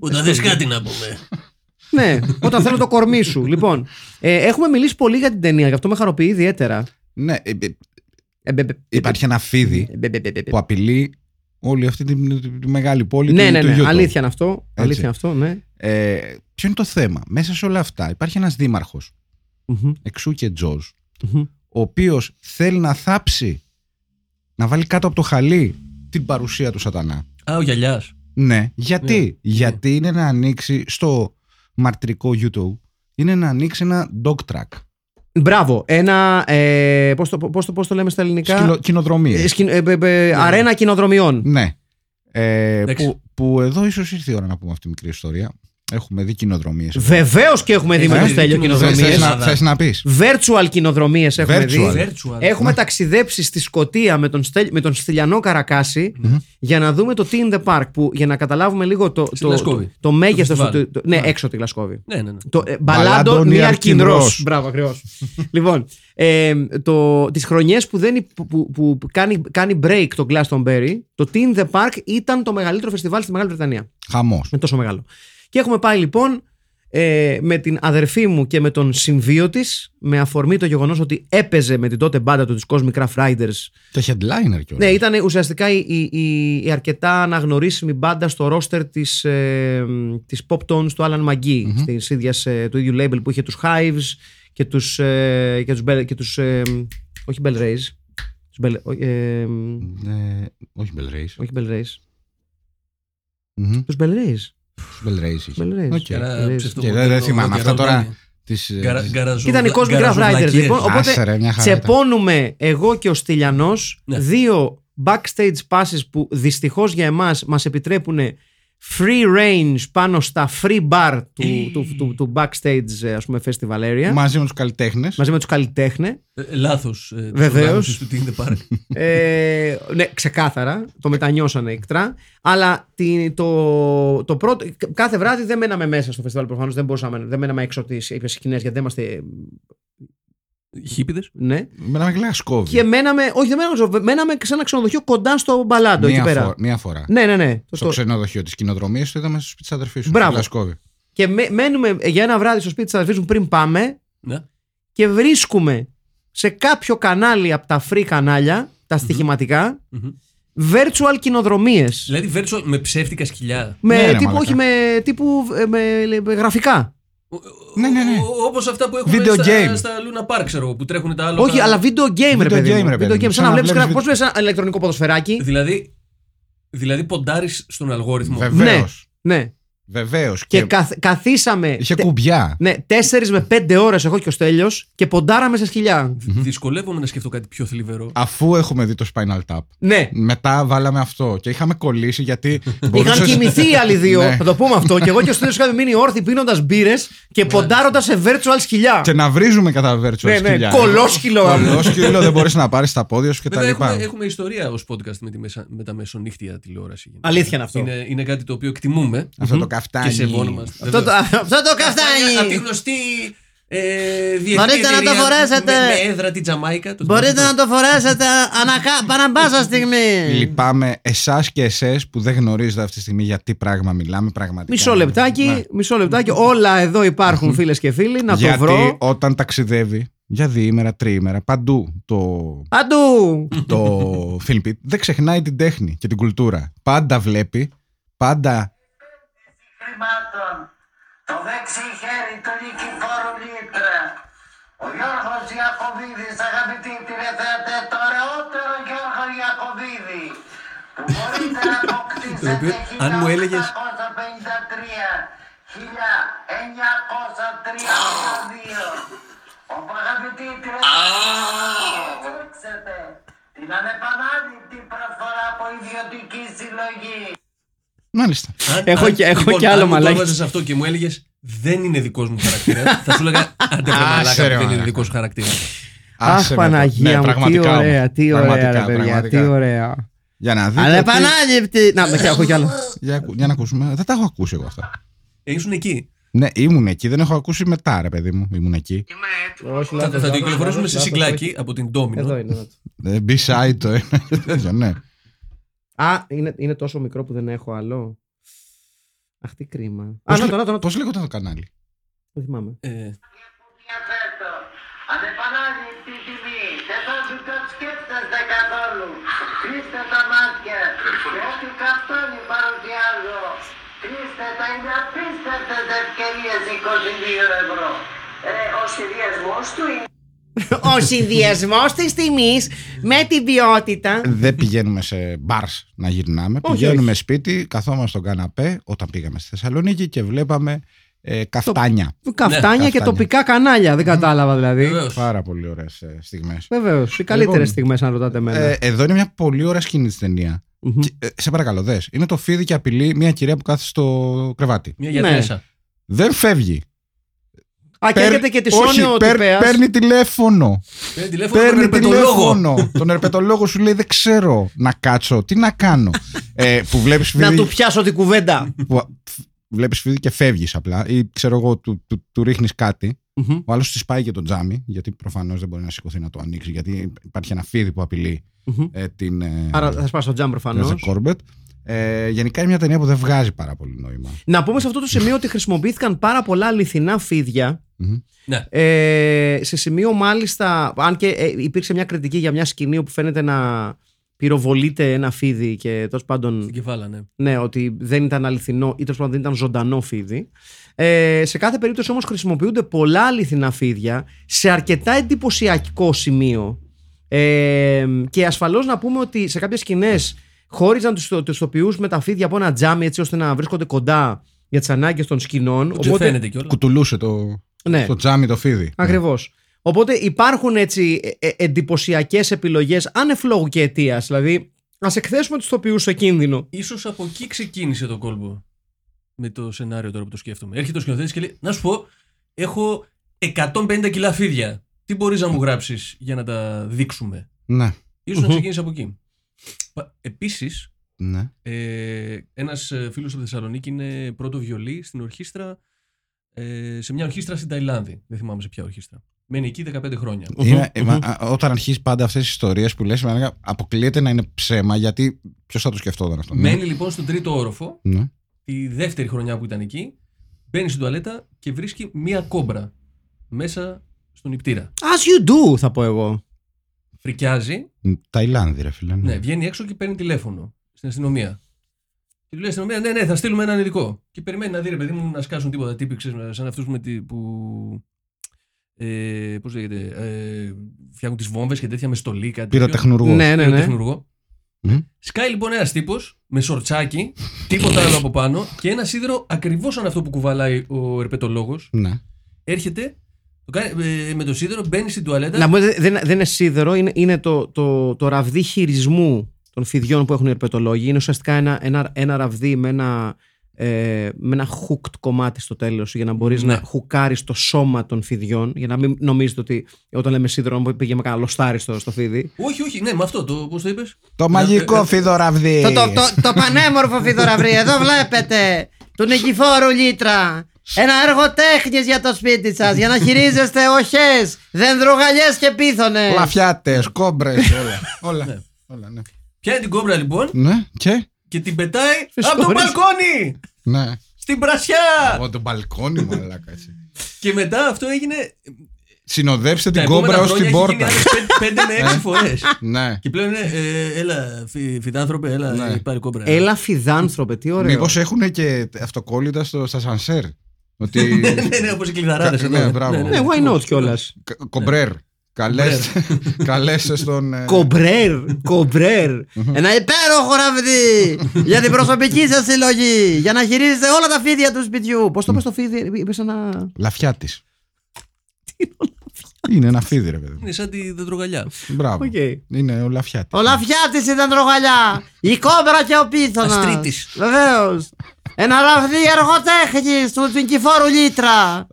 όταν θες κάτι να πούμε.
Ναι, όταν θέλω το κορμί σου. Λοιπόν, ε, έχουμε μιλήσει πολύ για την ταινία, γι' αυτό με χαροποιεί ιδιαίτερα.
Ναι, ε, ε,
Ε, μπε, μπε,
υπάρχει ένα φίδι
μπε, μπε, μπε, μπε.
που απειλεί όλη αυτή την, την- τη μεγάλη πόλη
Ναι,
του,
ναι,
του
ναι.
Utah.
Αλήθεια είναι αυτό. Αλήθεια είναι αυτό, ναι.
Ε, ποιο είναι το θέμα. Μέσα σε όλα αυτά υπάρχει ένας δήμαρχος,
Μμμ,
εξού και Τζοζ,
μμμ.
ο οποίος θέλει να θάψει, να βάλει κάτω από το χαλί την παρουσία του σατανά.
Α, ο γυαλιάς.
Ναι, γιατί. Γιατί είναι να ανοίξει στο μαρτυρικό YouTube, είναι να ανοίξει ένα dog track.
Μπράβο. Ένα. Ε, πώς, το, πώς, το, πώς το λέμε στα ελληνικά.
Σκυλο, κοινοδρομίες.
Ε, σκηνο- ε, μπε, μπε, αρένα κοινοδρομιών.
Ναι. Ε,
Εντάξει.
που, που εδώ ίσως ήρθε η ώρα να πούμε αυτή τη μικρή ιστορία. Έχουμε δει κοινοδρομίες.
Βεβαίως και έχουμε δει με το
Ε,
στέλιο
ε,
κοινοδρομίε.
Θες
κοινοδρομίες.
να, θες να πεις.
Virtual κοινοδρομίες έχουμε δει.
Virtual. Ναι.
Virtual.
Έχουμε ταξιδέψει στη Σκωτία με τον, Στέλ, με τον Στυλιανό Καρακάση για να δούμε το τι in the park. Που, για να καταλάβουμε λίγο το,
Στη
το, το,
Γλασκόβη.
το μέγεθο του.
φεστιβάλ.
του- ναι,
Ναι.
έξω από τη Γλασκόβη.
Ναι, ναι, ναι.
Το ε,
Μπαλάντο
Μπαλάντο Νιάρ
Νιαρκινρός.
Κινρός. Μπράβο, ακριβώς. λοιπόν, ε, το, τις χρονιές που, δεν, υ- που, που, που κάνει, κάνει break το Glastonbury, το Teen the Park ήταν το μεγαλύτερο φεστιβάλ στη Μεγάλη Βρετανία.
Χαμός.
Είναι τόσο μεγάλο. Και έχουμε πάει λοιπόν ε, με την αδερφή μου και με τον συμβίο της, με αφορμή το γεγονός ότι έπαιζε με την τότε μπάντα του της Cosmic Craft Riders
Και headliner κιόλας.
ναι, ήταν ουσιαστικά η, η, η, η αρκετά αναγνωρίσιμη μπάντα στο ρόστερ της, ε, μ, της Pop Tones του Alan McGee, της ίδιας, ε, του ίδιου label που είχε τους Hives και τους, ε, και τους, Bell- και τους ε, μ, όχι Bell Rays, τους Bell, ό, ε, μ,
Ε, όχι Bell Race.
όχι Bell Rays,
Μμμ.
τους Bell Rays,
Bell Race είχε.
Bell Rays.
Οκ.
Καρά- ψευτό-
Και δεν- δεν θυμάμαι αυτά τώρα.
καραμπάνι.
Τις, ε,
Καρα-
τις-
γκαραζο-
Ήταν η Cosmic Graph Riders
γκαραζοβλακίες.
λοιπόν, οπότε
Άσε ρε, μια χαρά ήταν.
τσεπώνουμε εγώ και ο Στυλιανός
Ναι.
δύο backstage passes που δυστυχώς για εμάς μας επιτρέπουν free range πάνω στα free bar του, του, του, του backstage ε, ας πούμε festival area
Μαζί με τους καλλιτέχνες.
μαζί με τους καλλιτέχνες
Ε, Λάθος.
Βεβαίως.
Του Τίντε Πάρκ.
ε, ναι, ξεκάθαρα. Το μετανιώσανε εκτρά. Αλλά τη- το, το πρώτο, κάθε βράδυ δεν μέναμε μέσα στο φεστιβάλ προφανώς. Δεν, μπορούσαμε, δεν μέναμε έξω από τις σκηνές γιατί δεν είμαστε.
Χίπηδες.
Ναι.
Με ένα γλασκόβι.
Και μέναμε, όχι δεν μέναμε, μέναμε σε ένα ξενοδοχείο κοντά στο μπαλάντο εκεί
Μία,
πέρα.
φο- μία φορά.
Ναι, ναι, ναι. Το-
Στο
το-
ξενοδοχείο της κοινοδρομίας το είδαμε στο σπίτι της αδερφής σου.
Μπράβο.
στο Γλασκόβι.
Και με- μένουμε για ένα βράδυ στο σπίτι τη αδερφή μου πριν πάμε
Ναι.
και βρίσκουμε σε κάποιο κανάλι από τα free κανάλια, τα στοιχηματικα
Μμμ.
virtual κοινοδρομίες.
Δηλαδή virtual με ψεύτικα σκυλιά.
Με,
Ναι, ρε,
τύπου,
μαλακά.
όχι με τύπου ε, με, με γραφικά.
Ναι, ναι, ναι.
Όπως αυτά που έχουμε
Video game.
στα, στα Luna Park, ξέρω εγώ, που τρέχουν τα άλλα.
όχι, αλλά video game, ρε
Video
παιδί.
game,
μου.
ρε παιδί
Video
μου.
game. Σαν
Σαν
να
να
βλέπει
βλέπεις
πώς
βι-
βλέπει ένα ηλεκτρονικό ποδοσφαιράκι.
Δηλαδή, δηλαδή ποντάρεις στον αλγόριθμο.
Βεβαίως.
Ναι.
Βεβαίως.
Και, καθ- καθίσαμε.
Είχε
τε-
κουμπιά.
Ναι, 4 με 5 ώρες εγώ και ο Στέλιος και ποντάραμε σε σκυλιά.
Δυσκολεύομαι να σκεφτώ κάτι πιο θλιβερό.
Αφού έχουμε δει το Spinal Tap.
ναι.
Μετά βάλαμε αυτό και είχαμε κολλήσει γιατί. μπορούσες-
Είχαν κοιμηθεί οι άλλοι δύο,
Ναι.
θα το πούμε αυτό. Και εγώ και ο Στέλιος είχαμε μείνει όρθιοι πίνοντας μπύρες και ποντάροντας σε virtual σκυλιά.
Και να βρίζουμε κατά virtual
ναι, ναι,
σκυλιά.
κολόσκυλο. γαμώ.
Κολόσκυλο, δεν μπορείς να πάρεις τα πόδια σου και τα
Βέβαια,
λοιπά.
έχουμε, έχουμε ιστορία ως podcast με, τη μεσα, με τα μεσονύχτια τηλεόραση. γενικά.
Αλήθεια είναι αυτό.
Είναι, είναι κάτι το οποίο εκτιμούμε
Αυτό το
και
καφτάνι.
σεβόμαστε.
Αυτό το, αυτό το
Από τη
καφτάνι.
γνωστή ε, διεθνή
Μπορείτε να το
εταιρεία
φορέσετε.
Με, με έδρα τη Τζαμάικα. το
Μπορείτε
Τζαμάικα.
να το φορέσετε ανακα... παρά πάσα στιγμή.
Ε. Λυπάμαι εσάς και εσές που δεν γνωρίζετε αυτή τη στιγμή για τι πράγμα μιλάμε πραγματικά.
Μισό λεπτάκι,
Ναι.
μισό λεπτάκι. Όλα εδώ υπάρχουν φίλες και φίλοι. Να
Γιατί
το βρω.
όταν ταξιδεύει για διήμερα, τριήμερα, παντού το,
Αντού!
το Filmpit δεν ξεχνάει την τέχνη και την κουλτούρα. Πάντα βλέπει, πάντα
χρημάτων. Το δεξί χέρι του Νικηφόρου Λίτρα. Ο Γιώργος Ιακωβίδης, αγαπητοί τηλεθεατές, το ωραιότερο Γιώργο Ιακωβίδη. Που μπορείτε να
Το οποίο,
αποκτήσετε
αν μου έλεγες-
1953-1932. Ο αγαπητοί τηλεθεατές, την ανεπανάληπτη προφορά από ιδιωτική συλλογή.
Μάλιστα.
Αν-
Έχω
αν-
και- έχω
λοιπόν,
και άλλο
αν μου το
μαλάκι.
έβαζες αυτό και μου έλεγες δεν είναι δικός μου χαρακτήρα. θα σου έλεγα άντε βρε
Άσε,
μαλάκα
ρε,
που δεν είναι
μαλάκα.
δικός σου χαρακτήρα.
Άσε
Αχ,
με το.
Παναγία
Ναι,
μου, τι
πραγματικά όμως.
ωραία, τι ωραία, ρε
Πραγματικά,
παιδιά, τι
πραγματικά.
ωραία.
Για να δείτε.
Αλλά
τι-
επανάληπτη. Να, με έχω κι άλλα.
Για, ακου- για να ακούσουμε. Δεν τα έχω ακούσει εγώ αυτά.
Ήσουν εκεί.
Ναι, ήμουν εκεί. Δεν έχω ακούσει μετά, ρε παιδί μου. Ήμουν εκεί.
Είμαι έτοιμος.
Θα, θα το κυκλοφορήσουμε σε συγκλάκι από την
Εδώ
Ντόμινο.
είναι.
Ε, B-side το ένα και τέτοιο, ναι.
Α, είναι, είναι τόσο μικρό που δεν έχω άλλο. Αχ, τι κρίμα. Α,
Πώς
να
λέ-
το, να το, να το.
Πώς λέγονταν το κανάλι.
Δεν θυμάμαι.
Ε,
Διαθέτω. Ανεπανάληπτη τιμή. Δεν θα σου το σκέφτεστε καθόλου. Κλείστε τα μάτια. Και ό,τι καυτόνι παρουσιάζω. Κλείστε τα. Είναι απίστευτες ευκαιρίες 22 ευρώ. Ε, ο σχεδιασμός του είναι...
Ο συνδυασμός της τιμής με την ποιότητα.
Δεν πηγαίνουμε σε bars να γυρνάμε.
Όχι,
πηγαίνουμε
όχι.
σπίτι, καθόμαστε στον καναπέ όταν πήγαμε στη Θεσσαλονίκη και βλέπαμε ε, καφτάνια.
Καφτάνια και
καφτάνια.
τοπικά κανάλια. Δεν κατάλαβα δηλαδή.
Βεβαίως.
Πάρα πολύ ωραίες στιγμές.
Βεβαίως. Οι καλύτερες
Λοιπόν,
στιγμές, αν ρωτάτε
Ε,
εμένα.
εδώ είναι μια πολύ ωραία σκηνή τη ταινία.
Μμμ.
Και, ε, σε παρακαλώ, δες. Είναι το φίδι και απειλεί μια κυρία που κάθεται στο κρεβάτι.
Μια
Ναι.
γιατρέσα.
Δεν φεύγει.
Α, και
Παίρ-
έρχεται και τη
όχι,
Σόνιο ο
παίρ-
τυπέας.
Παίρνει τηλέφωνο.
Παίρνει τηλέφωνο τον
Παίρνει
ερπετολόγο.
τηλέφωνο. τον ερπετολόγο σου λέει: Δεν ξέρω να κάτσω. Τι να κάνω. ε, που βλέπεις
Να
φίδι.
του πιάσω την κουβέντα.
που βλέπεις φίδι και φεύγεις απλά. Ή ξέρω εγώ, του, του, του ρίχνεις κάτι.
Μμμ.
Ο άλλος της πάει και το τζάμι, γιατί προφανώς δεν μπορεί να σηκωθεί να το ανοίξει. Γιατί υπάρχει ένα φίδι που απειλεί
Μμμ.
ε, την. ε,
Άρα θα σπάσω τζαμ
Ράζα
προφανώ.
Κόρμπετ. Ε, γενικά είναι μια ταινία που δεν βγάζει πάρα πολύ νόημα.
Να πούμε σε αυτό το σημείο ότι χρησιμοποιήθηκαν πάρα πολλά αληθινά φίδια.
Μμμ.
Ναι.
Ε, σε σημείο μάλιστα, αν και ε, υπήρξε μια κριτική για μια σκηνή όπου φαίνεται να πυροβολείται ένα φίδι και τέλος πάντων
Στην κεφάλα, ναι.
ναι, ότι δεν ήταν αληθινό ή τέλος πάντων δεν ήταν ζωντανό φίδι. Ε, σε κάθε περίπτωση όμως χρησιμοποιούνται πολλά αληθινά φίδια σε αρκετά εντυπωσιακό σημείο. Ε, και ασφαλώς να πούμε ότι σε κάποιες σκηνές χώριζαν του τοπιούς με τα φίδια από ένα τζάμι έτσι ώστε να βρίσκονται κοντά για τις ανάγκες των σκηνών.
Οπότε, φαίνεται κιόλας.
Κουτουλούσε το,
ναι.
το τζάμι το φίδι.
Ακριβώς. Οπότε υπάρχουν έτσι ε, εντυπωσιακές επιλογές ανεφλόγου και αιτίας. Δηλαδή, ας εκθέσουμε τους τοπιούς σε κίνδυνο.
Ίσως από εκεί ξεκίνησε το κόλπο. Με το σενάριο τώρα που το σκέφτομαι. Έρχεται ο σκηνοθέτης και λέει: Να σου πω, έχω 150 κιλά φίδια. Τι μπορείς να μου γράψεις για να τα δείξουμε.
Ναι.
σω να
Μμμ.
ξεκίνησε από εκεί. Επίσης,
ναι.
ε, ένας φίλος από τη Θεσσαλονίκη είναι πρώτο βιολί στην ορχήστρα. Ε, σε μια ορχήστρα στην Ταϊλάνδη. Δεν θυμάμαι σε ποια ορχήστρα. Μένει εκεί 15 χρόνια.
Είναι- ε, μα, α, όταν αρχίζει πάντα αυτές τις ιστορίες που λες, αποκλείεται να είναι ψέμα γιατί ποιος θα το σκεφτόταν αυτό. ναι.
Μένει λοιπόν στον τρίτο όροφο
Ναι.
τη δεύτερη χρονιά που ήταν εκεί, μπαίνει στην τουαλέτα και βρίσκει μία κόμπρα μέσα στον υπτήρα.
As you do, θα πω εγώ.
Φρικιάζει,
Ταϊλάνδη, ρε φίλε.
ναι, βγαίνει έξω και παίρνει τηλέφωνο στην αστυνομία. Και του λέει η αστυνομία, ναι, ναι, θα στείλουμε έναν ειδικό. Και περιμένει να δει, ρε παιδί μου, να σκάσουν τίποτα τύποι, ξέρεις, σαν αυτούς που. Ε, Πώς λέγεται. Ε, φτιάχνουν τις βόμβες και τέτοια με στολή, κάτι. τέτοιο.
Πήρε τεχνουργό.
Ναι, ναι, ναι.
Πυροτεχνουργό.
Μμμ.
Σκάει λοιπόν ένας τύπος με σορτσάκι, τίποτα άλλο από πάνω και ένα σίδερο ακριβώς σαν αυτό που κουβαλάει ο ερπετολόγος.
Ναι.
Έρχεται, το κάνει- ε, με το σίδερο μπαίνει στην τουαλέτα.
Να μου δεν, δεν- δεν είναι σίδερο, είναι, είναι το, το, το ραβδί χειρισμού των φιδιών που έχουν οι ερπετολόγοι. Είναι ουσιαστικά ένα, ένα, ένα ραβδί με ένα, ε, με ένα hooked κομμάτι στο τέλος για να μπορείς
Ναι.
να χουκάρεις το σώμα των φιδιών. Για να μην νομίζετε ότι όταν λέμε σίδερο να πήγε με κανένα λοστάρι στο, στο φίδι.
Όχι, όχι, ναι, με αυτό το. Ε, Πώς το είπες.
Το
ναι.
μαγικό φιδωραβδί.
Το, το, το, το πανέμορφο φιδωραβρί, εδώ βλέπετε. Του νικηφόρου λίτρα. Ένα έργο τέχνης για το σπίτι σας για να χειρίζεστε οχές, δενδρογαλιές και πίθωνες.
Λαφιάτες, κόμπρες, Ναι.
Ναι.
όλα. όλα. όλα ναι.
Πιάνει την κόμπρα λοιπόν
ναι, και.
και την πετάει από το
Συγχωρείς.
μπαλκόνι!
Ναι.
Στην πρασιά!
Εγώ τον μπαλκόνι μου, αλλά κάτσε.
Και μετά αυτό έγινε.
Συνοδέψτε
Τα
την
επόμενα
κόμπρα ως την
χρόνια έχει γίνει
πόρτα.
άλλες 5
Ε.
με 6 φορές.
Ναι.
Και πλέον είναι. ε, έλα, φι- φυτάνθρωπε, έλα,
Ναι.
πάρει κόμπρα.
Έλα φιδάνθρωπε, τι ωραίο.
Μήπως έχουν και αυτοκόλλητα στο, στα σανσέρ. Ότι.
ναι, ναι, όπως οι κλειδαράδες
Κα-
εδώ.
ναι, μπράβο.
Ναι, why not κιόλας.
Κα- Κομπρέρ.
Ναι.
Καλέστε, καλέστε στον. ε,
Κομπρέρ, κομπρέρ.
Ένα υπέροχο ραβδί για την προσωπική σας συλλογή, για να χειρίζεστε όλα τα φίδια του σπιτιού.
Πώς το πα το φίδι, είπες ένα.
Λαφιάτης. Είναι ένα φίδι, ρε παιδί. μου.
Είναι σαν τη δεντρογαλιά.
Μπράβο.
Ναι. Οκ.
Είναι ο λαφιάτης.
Ο Λαφιάτης ήταν τρογαλιά, η κόμπρα και ο πίθωνας.
Αστρίτης.
Βεβαίως. Ένα ραβδί εργοτέχνης του νικηφόρου λίτρα.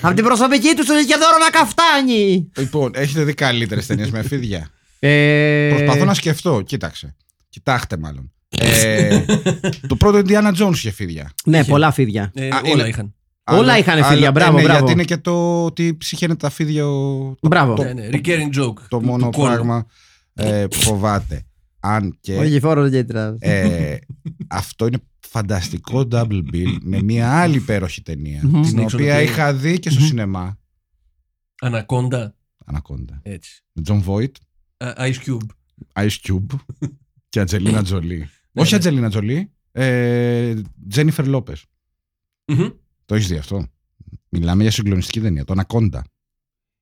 Από την προσωπική του σου δικαιοδόρο να καφτάνει.
Λοιπόν, έχετε δει καλύτερες ταινίες με φίδια.
Ε,
Προσπαθώ
Ναι,
να σκεφτώ. Κοίταξε. Κοιτάξτε, μάλλον. Ε, το πρώτο Indiana Jones είχε φίδια.
Ναι, πολλά φίδια.
Ε,
Α,
όλα
είναι-
είχαν.
Όλα είχανε φίδια,
ε,
μπράβο,
ναι,
μπράβο.
Γιατί είναι και το ότι ψυχαίνεται τα φίδια. ο- Το,
Μπράβο.
Ναι, ναι, recurring joke.
το
του-
μόνο
του κόλλου.
πράγμα ε, που φοβάται. Αν
Ο
και
νικηφόρος λίτρα.
ε, αυτό είναι φανταστικό double bill με μια άλλη υπέροχη ταινία, την
Στην
οποία
Exotic.
είχα δει και στο σινεμά.
Ανακόντα.
Ανακόντα.
Έτσι.
John Voight,
Α, Ice Cube.
Ice Cube και Ατζελίνα Τζολί.
Ναι,
Όχι
ναι.
Ατζελίνα Τζολί, ε, Τζένιφερ Λόπες.
Μμμ. Ναι,
Το έχεις δει αυτό. Μιλάμε για συγκλονιστική ταινία. Το Ανακόντα.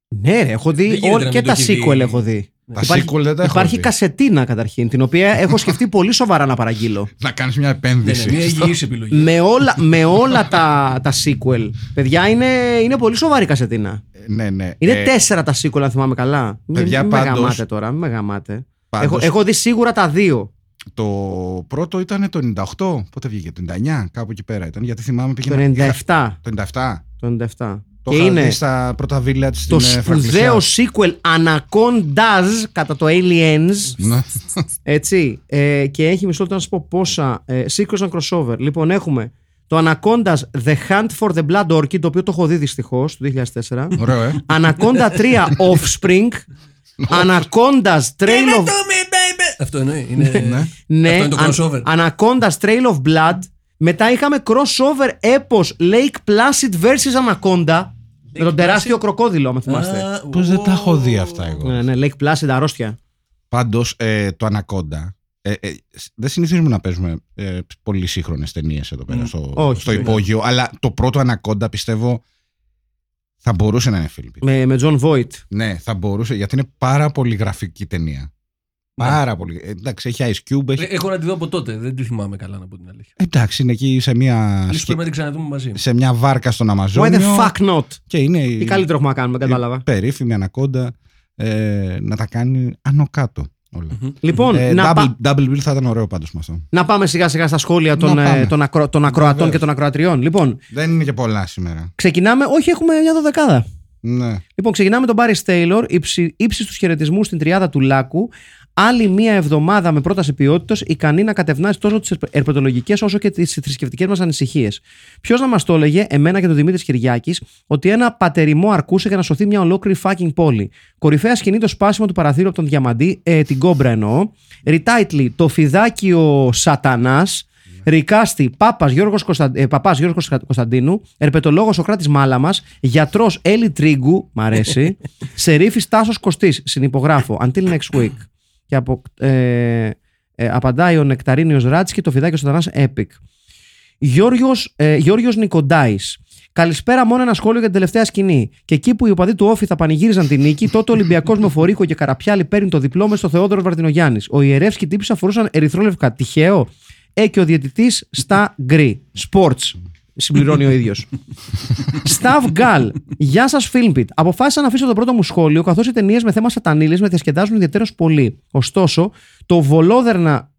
Ναι, ρε, έχω
Δεν
δει
γίνεται
ό,
να
και
μην
τα
το έχει δει.
sequel έχω δει.
Τα
Υπάρχει-
sequel δεν τα έχω
Υπάρχει
δει.
κασετίνα καταρχήν, την οποία έχω σκεφτεί πολύ σοβαρά να παραγγείλω.
Να κάνεις μια
Ναι,
επένδυση.
ναι, μια υγιής επιλογή.
με όλα, με όλα τα, τα sequel. Παιδιά, είναι, είναι πολύ σοβαρή κασετίνα.
Ε, ναι, ναι.
Είναι
Ε,
τέσσερα τα sequel, αν θυμάμαι καλά. Μην-
παιδιά,
μην με
πάντως-
γαμάτε τώρα, μην με γαμάτε.
πάντως-
Έχω, έχω δει σίγουρα τα δύο.
Το πρώτο ήταν το 98. Πότε βγήκε, το 99, κάπου εκεί πέρα ήταν. Γιατί θυμάμαι
Το
πήγε.
97.
Το 97.
Το 97.
Το
και
είχα δει
είναι
στα πρώτα village στην
το
ε, Φραγκφουρτιά.
σπουδαίο sequel Anacondas κατά το Aliens.
Ναι.
Έτσι. Ε, και έχει μισό λεπτό να σας πω πόσα. Ε, sequels and crossover. Λοιπόν, έχουμε το Anacondas The Hunt for the Blood Orchid, το οποίο το έχω δει δυστυχώς το 2004.
Ωραίο, ε.
Anaconda 3 Offspring. Anacondas Trail of.
Αυτό εννοεί. Είναι...
Ναι.
Ναι,
Αυτό είναι το
αν-
crossover.
Anacondas Trail of Blood. Μετά είχαμε crossover έπος Lake Placid vs Anaconda. με τον τεράστιο κροκόδιλο, αν θυμάστε.
Α,
Πώς δεν
ου,
τα έχω δει αυτά εγώ.
Ναι, ναι, Lake Placid, αρρώστια.
Πάντως το Ανακόντα. Ε, ε, σ- δεν συνηθίζουμε να παίζουμε ε, πολύ σύγχρονες ταινίες εδώ πέρα
Μμ.
στο,
Όχι,
στο
ναι.
υπόγειο. Αλλά το πρώτο Ανακόντα πιστεύω θα μπορούσε να είναι Φίλιππ.
Με, με John Voight.
Ναι, θα μπορούσε γιατί είναι πάρα πολύ γραφική ταινία. Πάρα πολύ. Ε, εντάξει, έχει Ice Cube.
ε,
Έχει...
Έχω να τη δω από τότε. Δεν τη θυμάμαι καλά, να πω την αλήθεια.
εντάξει, είναι εκεί σε μια,
Ίσως
σκε-
πρέπει να την ξαναδούμε μαζί.
σε μια βάρκα στον
Why
Αμαζόνιο.
the fuck not.
Και είναι
Τι καλύτερο έχουμε να κάνουμε, κατάλαβα.
Ε, περίφημη Ανακόντα ε, να τα κάνει άνω κάτω όλα.
Λοιπόν,
Ε,
να,
double,
πα-
double bill θα ήταν ωραίο πάντως με αυτό.
να πάμε σιγά σιγά στα σχόλια των,
Να
ε,
πάμε.
των, ακρο- των ακροατών
Βεβαίως.
και των ακροατριών. Λοιπόν,
Δεν είναι και πολλά σήμερα.
ξεκινάμε. Όχι, έχουμε μια δωδεκάδα.
Ναι.
Λοιπόν, ξεκινάμε τον Μπάρι Τέιλορ, ύψη, τους χαιρετισμούς στην τριάδα του Λάκου. Άλλη μία εβδομάδα με πρόταση ποιότητας, ικανή να κατευνάσει τόσο τις ερπετολογικές όσο και τις θρησκευτικές μας ανησυχίες. Ποιος να μας το έλεγε, εμένα και τον Δημήτρη Κυριάκη, ότι ένα πατεριμό αρκούσε για να σωθεί μια ολόκληρη fucking πόλη. Κορυφαία σκηνή το σπάσιμο του παραθύρου από τον Διαμαντή, ε, την κόμπρα εννοώ. Ριτάιτλι, το φιδάκιο Σατανάς. Ρικάστη, Πάπας Γιώργος Κωνσταν... ε, Παπάς Γιώργος Κωνστα- Κωνσταντίνου, Ερπετολόγος Σοκράτης Μάλαμα, Γιατρός Έλλη Τρίγκου, μ' αρέσει, Σερίφης Τάσος Κωστής, συνυπογράφω. Until next week. Και απο... ε, ε, απαντάει ο Νεκταρίνιος Ράτσι και το φιδάκι ο Σατανά Epic. Γιώργος, ε, Γιώργος Νικοντάης. Καλησπέρα, μόνο ένα σχόλιο για την τελευταία σκηνή. Και εκεί που οι οπαδοί του Όφη θα πανηγύριζαν την νίκη, τότε ο Ολυμπιακός με φορίκο και καραπιάλι παίρνει το διπλό μες στο Θεόδωρο Βαρτινογιάννη. Ο ιερεύς και τύπης αφορούσαν ερυθρόλευκα. Τυχαίο. Ε, και ο διαιτητής στα γκρι. Σπορτ. Συμπληρώνει ο ίδιος. Σταβ Γκάλ. Γεια σας, Φίλμπιτ. Αποφάσισα να αφήσω το πρώτο μου σχόλιο, καθώς οι ταινίες με θέμα σατανίλε με διασκεδάζουν ιδιαίτερως πολύ. Ωστόσο, το βολόδερνα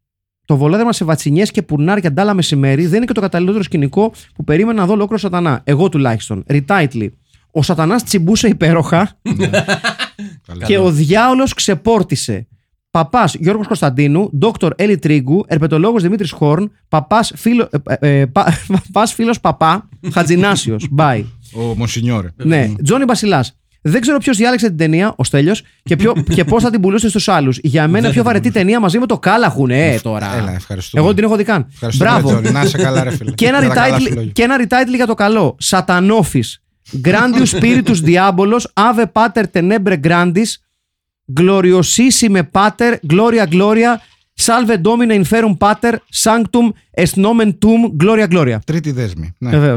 το βολόδερμα σε βατσινιές και πουρνάρια ντάλα μεσημέρι δεν είναι και το καταλληλότερο σκηνικό που περίμενα να δω ολόκληρο σατανά. Εγώ τουλάχιστον. Retitle. Ο σατανάς τσιμπούσε υπέροχα
Καλά.
και ο διάολος ξεπόρτισε. Παπάς Γιώργος Κωνσταντίνου, Δόκτωρ Έλλη Τρίγκου, Ερπετολόγος Δημήτρης Χόρν, Παπάς φίλο ε, ε, πα- παπάς φίλος Παπά, Χατζινάσιο. Bye.
Ο Μονσινιόρε.
Ναι, Τζόνι Βασιλάς. Δεν ξέρω ποιος διάλεξε την ταινία, ο Στέλιος, και, ποιο- και πώς θα την πουλούσε στους άλλους. Για μένα πιο βαρετή ταινία μαζί με το Κάλαχουν, ε τώρα.
Έλα, ευχαριστούμε.
Εγώ δεν την έχω δει καν.
Ευχαριστούμε,
Μπράβο.
Τζόνι. Να είσαι καλά, ρε φίλε.
Και ένα,
Καλά, καλά
retitle,
φιλόγια.
και ένα retitle για το καλό. Σατανόφης. Grandius Spiritus Diabolos, Ave Pater Tenebre Grandis, Gloriosissime Pater, Gloria Gloria, Salve Domine Inferum Pater, Sanctum Est Nomen Tum, Gloria Gloria.
Τρίτη δέσμη. Ναι.
Βεβαίως.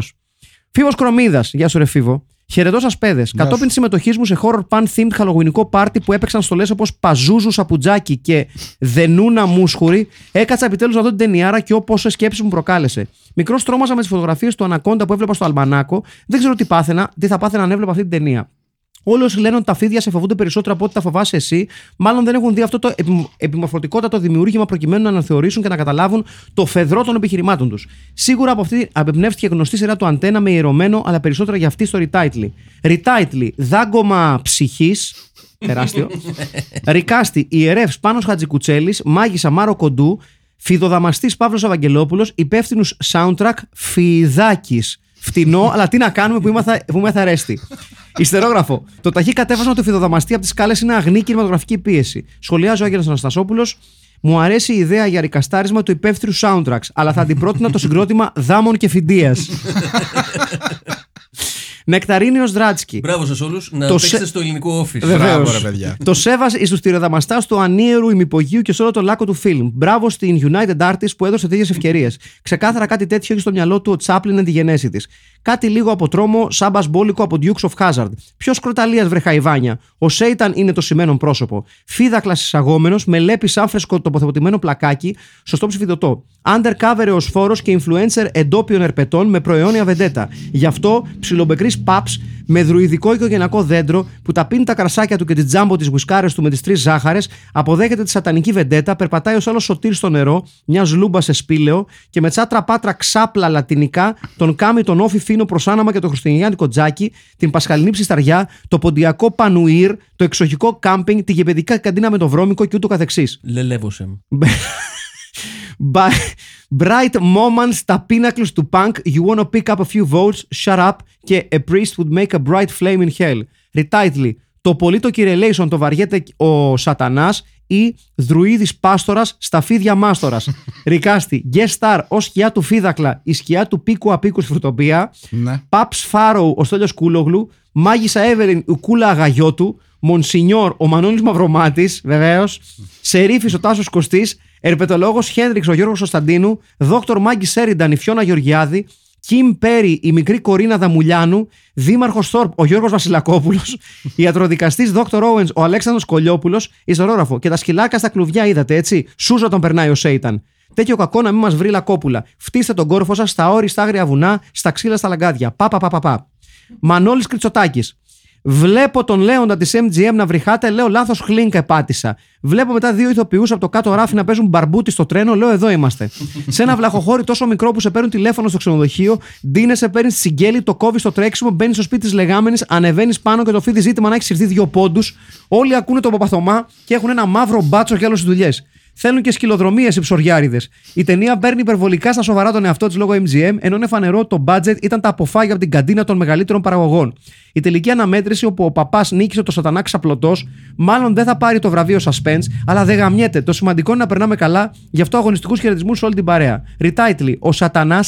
Φίβος Κρομίδας. Γεια σου, ρε Φίβο. Χαιρετώ σας, παιδες.
Γεια
Κατόπιν
σου.
συμμετοχής μου σε horror pan themed χαλογουινικό πάρτι που έπαιξαν στολέ όπως Παζούζου Σαπουτζάκι και Δενούνα Μούσχουρη, έκατσα επιτέλους να δω την ταινιάρα και όπως σε σκέψη μου προκάλεσε. Μικρός τρόμαζα με τις φωτογραφίες του Ανακόντα που έβλεπα στο Αλμανάκο. Δεν ξέρω τι πάθαινα, τι θα πάθαινα αν έβλεπα αυτή την ταινία. Όλοι όσοι λένε ότι τα φίδια σε φοβούνται περισσότερο από ό,τι τα φοβάσαι εσύ, μάλλον δεν έχουν δει αυτό το επι- επιμορφωτικότατο δημιούργημα προκειμένου να αναθεωρήσουν και να καταλάβουν το φεδρό των επιχειρημάτων τους. Σίγουρα από αυτή απεμπνεύστηκε γνωστή σειρά του Αντένα με ιερωμένο, αλλά περισσότερα για αυτή στο Retitle. Retitle, δάγκωμα ψυχής. Τεράστιο. Ρικάστη, ιερεύς Πάνος Χατζικουτσέλης, μάγισσα Μάρο Κοντού, φιδοδαμαστής Παύλος Αβαγγελόπουλος, υπεύθυνου soundtrack Φιδάκης. Φτηνό, αλλά τι να κάνουμε που ήμαθα, που ήμαθα ρέστη. Ιστερόγραφο. Το ταχύ κατέβασμα του φιδοδαμαστή από τις σκάλες είναι αγνή κινηματογραφική πίεση. Σχολιάζει ο Άγγελος Αναστασόπουλος. Μου αρέσει η ιδέα για ρικαστάρισμα του υπεύθυνου soundtracks, αλλά θα την πρότεινα το συγκρότημα Δάμων και Φιντίας. Νεκταρίνιο Δράτσκι.
Μπράβο σε όλους να
Το
παίξετε
σε-
στο ελληνικό office.
Βεβαίως.
Μπράβο, ρε, παιδιά.
Το σέβα εις τους τυροδαμαστάς του ανίερου ημυπογείου και σε όλο το λάκκο του φιλμ. Μπράβο στην United Artists που έδωσε τέτοιες ευκαιρίες. Ξεκάθαρα κάτι τέτοιο έχει στο μυαλό του ο Τσάπλιν εν τη γενέση της. Κάτι λίγο από τρόμο, σάμπας μπόλικο από Dukes of Hazard. Ποιος κροταλία βρε Χαϊβάνια. Ο Σέιταν είναι το σημαίνον πρόσωπο. Φίδακλας εισαγόμενος, με λέπη σαν φρεσκο τοποθετημένο πλακάκι, σωστό ψηφιδωτό. Undercover ω φόρος και influencer εντόπιων ερπετών με προαιώνια βεντέτα. Γι' αυτό ψιλομπεκρής παπ με δρουιδικό οικογενειακό δέντρο που τα πίνει τα κρασάκια του και την τζάμπο της γουσκάρε του με τις τρεις ζάχαρες, αποδέχεται τη σατανική βεντέτα, περπατάει ως άλλος σωτήρ στο νερό, μιας λούμπας σε σπήλαιο και με τσάτρα πάτρα ξάπλα λατινικά τον κάμει τον όφι φίνο προς άναμα και το χριστουγεννιάτικο τζάκι, την πασχαλινή ψισταριά, το ποντιακό πανουήρ, το εξοχικό κάμπινγκ, τη γεπαιδική καντίνα με το βρώμικο και ούτω καθεξής.
Λελεύωσε με.
By- Bright moments, τα pinnacles του punk. You wanna pick up a few votes, shut up. Και a priest would make a bright flame in hell. Retitle. Το πολύ το κυρελέισον το βαριέται ο σατανάς ή δρουίδης πάστορας στα φίδια μάστορας. Ρικάστη, guest star ως σκιά του φίδακλα, η σκιά του πίκου απίκου στη φρουτοπία.
Ναι.
Παπ Φάροου, ο Στέλιος Κούλογλου, Μάγισσα Εύελιν, η Κούλα Αγαγιώτου, Μονσινιόρ, ο Μανώλης Μαυρομάτης, βεβαίως, Σερίφης, ο Τάσος Κωστής, Ερπετολόγος Χένριξ, ο Γιώργος Κωνσταντίνου, Δόκτωρ Μάγκη Σέρινταν, η Φιώνα Γεωργιάδη, Κιμ Πέρι, η μικρή Κορίνα Δαμουλιάνου, Δήμαρχος Θόρπ, ο Γιώργος Βασιλακόπουλος, ιατροδικαστής Δόκτωρ Όεν, ο Αλέξανδρος Κολιόπουλος, Ιστερόγραφο. Και τα σκυλάκα στα κλουβιά είδατε, έτσι. Σούζα τον περνάει ο Σέιταν. Τέτοιο κακό να μην μας βρει λακόπουλα. Φτύστε τον κόρφο σας στα όρη, στα άγρια βουνά, στα ξύλα, στα λαγκάδια. Πα, πα, πα, πα, πα. Μανώλης Κριτσοτάκη. Βλέπω τον Λέοντα της MGM να βρυχάτε, λέω λάθος χλίνκα επάτησα. Βλέπω μετά δύο ηθοποιούς από το κάτω ράφι να παίζουν μπαρμπούτι στο τρένο, λέω εδώ είμαστε. σε ένα βλαχοχώρι τόσο μικρό που σε παίρνουν τηλέφωνο στο ξενοδοχείο, ντύνεσαι, παίρνεις τη συγγέλη, το κόβεις στο τρέξιμο, μπαίνεις στο σπίτι της λεγάμενης, ανεβαίνεις πάνω και το φίδι ζήτημα να έχεις συρθεί δύο πόντους. Όλοι ακούνε τον παπαθωμά και έχουν ένα μαύρο μπάτσο για όλε τι δουλειές. Θέλουν και σκυλοδρομίες οι ψωριάριδες. Η ταινία παίρνει υπερβολικά στα σοβαρά τον εαυτό της λόγω MGM, ενώ είναι φανερό ότι το budget ήταν τα αποφάγια από την καντίνα των μεγαλύτερων παραγωγών. Η τελική αναμέτρηση όπου ο παπάς νίκησε το σατανά ξαπλωτός, μάλλον δεν θα πάρει το βραβείο suspense, αλλά δεν γαμιέται. Το σημαντικό είναι να περνάμε καλά, γι' αυτό αγωνιστικούς χαιρετισμούς σε όλη την παρέα. Retitle, ο σατανάς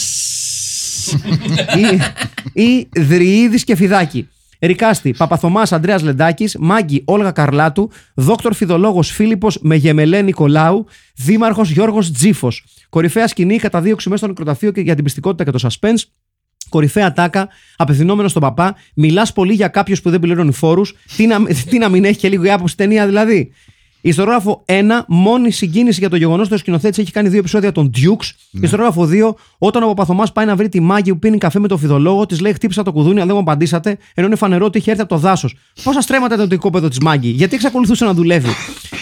ή, ή Δριίδης και Φιδάκη. Ρικάστη, Παπαθωμά Αντρέα Λεντάκης, Μάγκη Όλγα Καρλάτου, Δόκτωρ Φιδολόγο Φίλιππο Μεγεμελέ Νικολάου, Δήμαρχος Γιώργος Τζίφος. Κορυφαία σκηνή, καταδίωξη μέσα στο νεκροταφείο και για την πιστικότητα και το suspense. Κορυφαία τάκα, απευθυνόμενος στον παπά, μιλάς πολύ για κάποιο που δεν πληρώνει φόρους. Τι, να- τι να μην έχει και λίγο η άποψη ταινία δηλαδή. Ιστορόγραφο 1. Μόνη συγκίνηση για το γεγονός ότι ο σκηνοθέτης έχει κάνει δύο επεισόδια των Dukes. Ιστορόγραφο 2. Όταν ο Παπαθωμάς πάει να βρει τη μάγη που πίνει καφέ με το φιδολόγο, της λέει χτύπησα το κουδούνι, αλλά δεν μου απαντήσατε, ενώ είναι φανερό ότι είχε έρθει από το δάσος. Πόσα στρέμματα ήταν το οικόπεδο της μάγη, γιατί εξακολουθούσε να δουλεύει.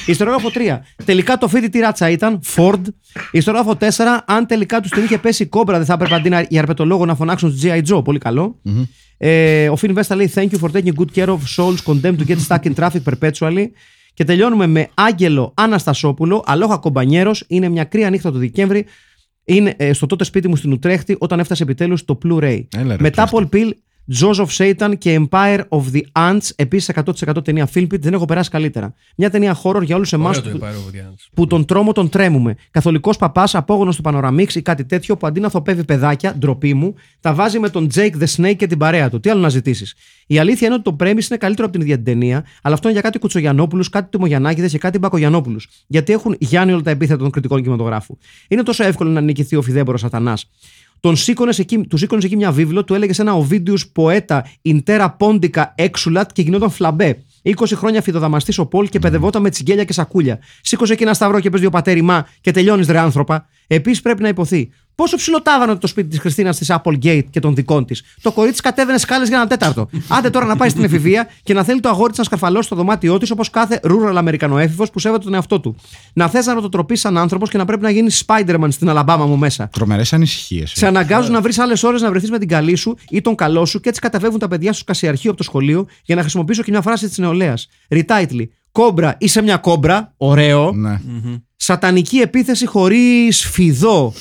Ιστορόγραφο 3. Τελικά το φίτι τι ράτσα ήταν, Ford. Ιστορόγραφο 4. Αν τελικά τους την είχε πέσει η κόμπρα, δεν θα έπρεπε αντί να- οι αρπετολόγο να φωνάξουν του G.I. Joe. Πολύ καλό. Ε, ο Φιν Βέστα λέει Thank you for taking good care of souls condemned to get stuck in traffic perpetually. Και τελειώνουμε με Άγγελο Αναστασόπουλο, αλόχα κομπανιέρος. Είναι μια κρύα νύχτα το Δεκέμβρη. Είναι ε, στο τότε σπίτι μου στην Ουτρέχτη όταν έφτασε επιτέλους το Blu-ray.
Έλα ρε,
Μετά
Ουτρέχτη.
από Pill, Jaws of Satan και Empire of the Ants. Επίσης 100% ταινία Philpit. Δεν έχω περάσει καλύτερα. Μια ταινία horror για όλους εμάς
Ωραίο το
που,
Empire of the Ants.
που τον τρόμο τον τρέμουμε. Καθολικός παπάς, απόγονο του Πανοραμίξ ή κάτι τέτοιο που αντί να θοπεύει παιδάκια, ντροπή μου, τα βάζει με τον Jake the Snake και την παρέα του. Τι άλλο να ζητήσεις. Η αλήθεια είναι ότι το premise είναι καλύτερο από την ίδια την ταινία, αλλά αυτό είναι για κάτι Κουτσογιανόπουλους, κάτι Τιμογιανάκηδε και κάτι Μπακογιανόπουλους. Γιατί έχουν γιάνει όλα τα επίθετα των κριτικών κινηματογράφου. Είναι τόσο εύκολο να νικηθεί ο φιδέμπορο Σατανά. Τον σήκωνες εκεί, του σήκωνες εκεί μια βίβλο, του έλεγες ένα Ovidius Poeta Intera Pondica Exulat και γινόταν φλαμπέ. 20 χρόνια φιδοδαμαστής ο Πολ και παιδευόταν με τσιγκέλια και σακούλια. Σήκωσε εκεί ένα σταυρό και πες δύο πατέρι μα και τελειώνεις ρε άνθρωπο. Επίσης πρέπει να υποθεί. Πόσο ψιλοτάβανε το σπίτι της Χριστίνας της Applegate και των δικών της. Το κορίτσι κατέβαινε σκάλες για ένα τέταρτο. Άντε τώρα να πάει στην εφηβεία και να θέλει το αγόρι της να σκαρφαλώσει στο δωμάτιό της όπως κάθε rural Αμερικανοέφηβο που σέβεται τον εαυτό του. Να θες να ρωτοτροπείς σαν άνθρωπος και να πρέπει να γίνεις Spider-Man στην Αλαμπάμα μου μέσα.
Τρομερές ανησυχίες.
Σε αναγκάζουν να βρεις άλλες ώρες να βρεθείς με την καλή σου ή τον καλό σου και έτσι καταβεύουν τα παιδιά σου κασιαρχείο από το σχολείο για να χρησιμοποιήσω και μια φράση της νεολαίας. Ριτάιτλι. Κόμπρα, είσαι μια κόμπρα. Ωραίο.
Ναι.
Σατανική επίθεση χωρίς φιδό.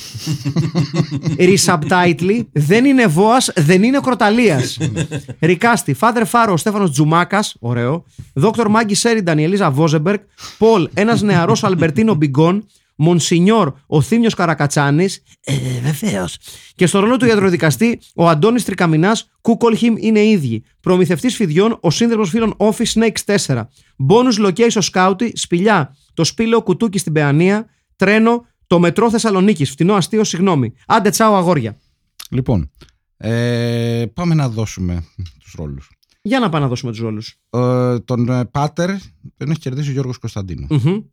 Ρισαμπτάιτλι. Δεν είναι βόας, δεν είναι κροταλίας. Ρικάστη. Φάδερ Φάρο, ο Στέφανος Τζουμάκας. Ωραίο. Δόκτωρ Μάγκη Σέρινταν, η Ελίζα Βόζεμπερκ. Πολ, ένας νεαρός Αλμπερτίνο Μπιγκόν. Μονσινιόρ, ο Θήμιος Καρακατσάνης. Ε, βεβαίως. Και στο ρόλο του ιατροδικαστή, ο Αντώνης Τρικαμινάς, Κούκολχιμ είναι ίδιοι. Προμηθευτής φιδιών, ο σύνδεσμος φίλων Office Snakes 4. Bonus location σκάουτι, σπηλιά, το σπήλαιο κουτούκι στην Παιανία, τρένο, το μετρό Θεσσαλονίκη. Φτηνό αστείο, συγγνώμη. Άντε τσάω αγόρια.
Λοιπόν, ε, πάμε να δώσουμε τους ρόλους.
Για να πάμε να δώσουμε τους ρόλους.
Ε, τον ε, Πάτερ τον έχει κερδίσει ο Γιώργος Κωνσταντίνου.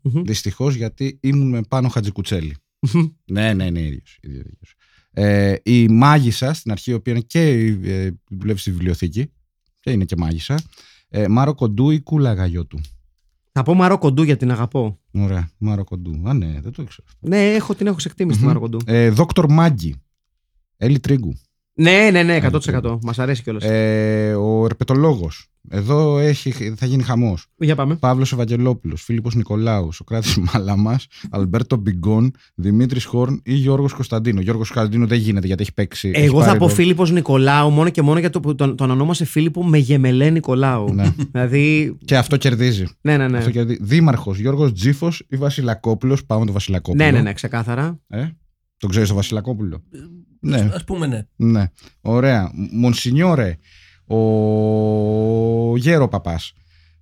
Δυστυχώς γιατί ήμουν με πάνω Χατζικουτσέλη. ναι, ναι, ναι, ίδιος. ίδιος, ίδιος. Ε, η μάγισσα στην αρχή, η οποία είναι και ε, δουλεύει στη βιβλιοθήκη και είναι και μάγισσα. Ε, Μάρο Κοντού ή Κούλα Γαγιώτου.
Θα πω Μαρό Κοντού γιατί την αγαπώ.
Ωραία, Μάρο Κοντού. Α, ναι, δεν το ήξερα.
Ναι, έχω, την έχω ξεκτήμησει τη Μαρό Κοντού.
Ε, Δόκτωρ Μάγκη. Έλλη Τρίγκου.
Ναι, ναι, ναι, 100%. Μας αρέσει κιόλας.
Ε, ο Ερπετολόγος. Εδώ έχει, θα γίνει χαμός.
Για πάμε.
Παύλος Ευαγγελόπουλο, Φίλιππος Νικολάους, Σοκράτη Μαλαμάς, Αλμπέρτο Μπιγκόν, Δημήτρης Χόρν ή Γιώργος Κωνσταντίνο. Γιώργος Κωνσταντίνο δεν γίνεται γιατί έχει παίξει. έχει
Εγώ θα
πάρει
πω
ρόλο.
Φίλιππος Νικολάου μόνο και μόνο γιατί το- τον, τον ονόμασε Φίλιππο με γεμελέ Νικολάου.
Ναι.
δηλαδή.
Και αυτό κερδίζει.
Ναι, ναι, ναι.
Αυτό κερδίζει. Δήμαρχος Γιώργος Τζίφος ή Βασιλακόπουλος. Πάμε το Βασιλακόπουλο.
Ναι, ναι, ναι, ξεκάθαρα.
Ε? Τον ξέρεις το Βασιλακόπουλο. ναι,
Ας πούμε ναι.
ναι. Ωραία. Μονσινιόρε, ο Γέρο Παπάς.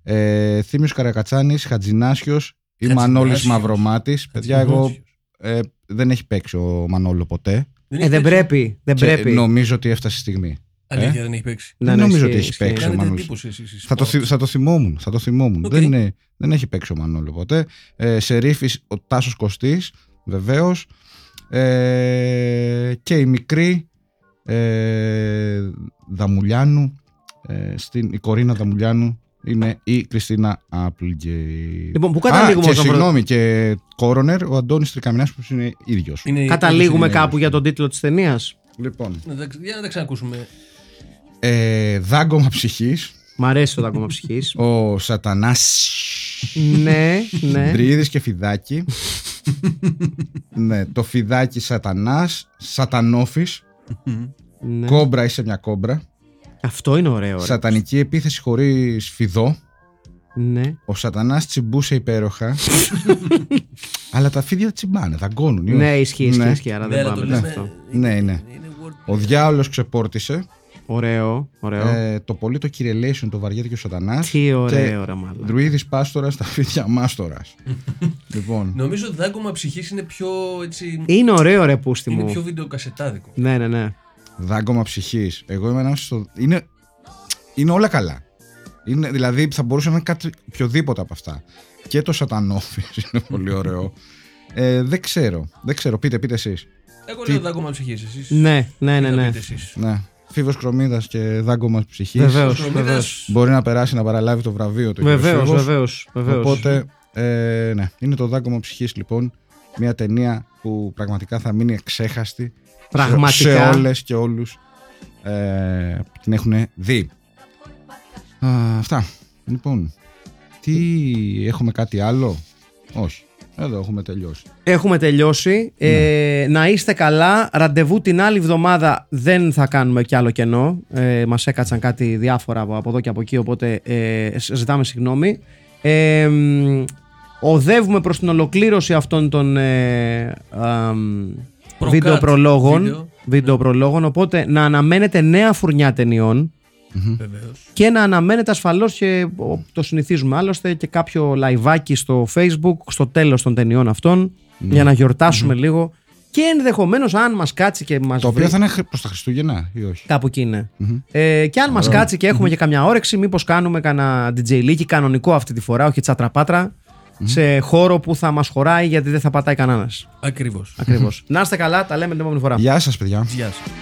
Ε, Θήμιος Καρακατσάνης, Χατζινάσιος ή Μανώλη
Χατζηνάσιος.
Μαυρομάτης. Παιδιά, εγώ ε, δεν έχει παίξει ο Μανώλο ποτέ.
Ε, δεν πρέπει. Δεν
Και
πρέπει.
Νομίζω ότι έφτασε η στιγμή.
Αλήθεια δεν έχει παίξει.
Ναι,
δεν
ναι,
νομίζω
ισχύει,
ότι έχει
ισχύει.
παίξει. ο
Κάνετε
Μανώλης.
εντύπωση εσείς. οι
Ε. Θα το, θυ-
sports.
θα το θυμόμουν. Θα το θυμόμουν.
Οκ.
Δεν, είναι- δεν έχει παίξει ο Μανώλο ποτέ. Ε, Σερίφης ο Τάσος Κωστής, βεβαίως. Ε, και η μικρή ε, Δαμουλιάνου, ε, στην, η Κορίνα Δαμουλιάνου, είναι η Κριστίνα Applegate.
Λοιπόν, πού
Α,
καταλήγουμε
και
όμως να βρω-
συγγνώμη, και Κόρονερ, ο Αντώνης Τρικαμινάς, που είναι ίδιος.
Είναι-
Καταλήγουμε
είναι-
κάπου για τον τίτλο της ταινίας.
Λοιπόν,
Να τα- Για να τα ξανακούσουμε.
ε, δάγκωμα ψυχής,
Μ' αρέσει το δάκωμα ψυχής.
ο Σατανάς
ναι, ναι.
Ντρίδης και Φιδάκι ναι, το Φιδάκι Σατανάς Σατανόφης
ναι.
Κόμπρα είσαι μια κόμπρα
Αυτό είναι ωραίο. ρε.
Σατανική επίθεση χωρίς φιδό
Ναι.
Ο Σατανάς τσιμπούσε υπέροχα Αλλά τα φίδια τσιμπάνε, δαγκώνουν ή όχι?
Ναι, ισχύει, ισχύει,
Ναι.
ισχύει, άρα δεν
Ναι,
πάμε
το
σε
λέμε-
αυτό.
Ναι, ναι
είναι word-
Ο διάολος ξεπόρτισε
Ωραίο, ωραίο.
Ε, το πολύ το Κυρελέσιον, το Βαριέτη και ο Σατανάς.
Τι ωραίο, ρε μάλλον.
Δρουίδη Πάστορα στα φίδια Μάστορας. λοιπόν.
Νομίζω ότι δάγκωμα ψυχής είναι πιο. Έτσι,
Είναι ωραίο, ρε πούστη
είναι
μου.
πιο βιντεοκασετάδικο.
Ναι, ναι, ναι.
Δάγκωμα ψυχής. Εγώ είμαι ένας. Στο... Είναι... είναι όλα καλά. Είναι, δηλαδή θα μπορούσε να είναι κάτι οποιοδήποτε από αυτά. Και το Σατανόφι είναι πολύ ωραίο. Ε, δεν ξέρω. Δεν ξέρω. Πείτε, πείτε εσείς.
Εγώ λέω δάγκωμα ψυχής. Εσείς.
Ναι, ναι, ναι. ναι.
Ναι. Φίβος Κρομίδας και δάγκωμα ψυχής.
Βεβαίως,
Βεβαίω.
βεβαίω.
Μπορεί να περάσει να παραλάβει το βραβείο του.
Βεβαίω,
Ιωσήβος.
βεβαίω.
Οπότε, ε, ναι, είναι το δάγκωμα ψυχής λοιπόν. Μια ταινία που πραγματικά θα μείνει εξέχαστη σε- σε
Πραγματικά.
όλες και όλους ε, που την έχουν δει. Α, αυτά. Λοιπόν, τι έχουμε κάτι άλλο, Όχι. Εδώ έχουμε τελειώσει.
Έχουμε τελειώσει. Ε,
Ναι.
να είστε καλά. Ραντεβού την άλλη εβδομάδα δεν θα κάνουμε κι άλλο κενό. Ε, Μας έκατσαν κάτι διάφορα από από εδώ και από εκεί, οπότε ε, σ- ζητάμε συγγνώμη. Ε, μ, οδεύουμε προς την ολοκλήρωση αυτών των ε, αμ,
Προκάτ,
βίντεο προλόγων.
βίντεο. Ναι.
Βίντεο προλόγων, οπότε να αναμένετε νέα φουρνιά ταινιών
Βεβαίως.
και να αναμένετε ασφαλώς και ο, το συνηθίζουμε άλλωστε και κάποιο λαϊβάκι στο facebook στο τέλος των ταινιών αυτών
Ναι.
για να γιορτασουμε λίγο και ενδεχομένως αν μας κάτσει και μας
Το
βρει
οποίο θα είναι προς τα Χριστούγεννα ή όχι.
κάπου εκεί είναι. Ε, και αν μας κάτσει και έχουμε και καμιά όρεξη μήπως κάνουμε κανένα DJ leaky κανονικό αυτή τη φορά όχι τσατραπάτρα σε χώρο που θα μας χωράει γιατί δεν θα πατάει κανένας
Ακριβώς.
ακριβώς. να είστε καλά τα λέμε την επόμενη φορά.
Γεια σας, παιδιά.
Γεια σας.
ну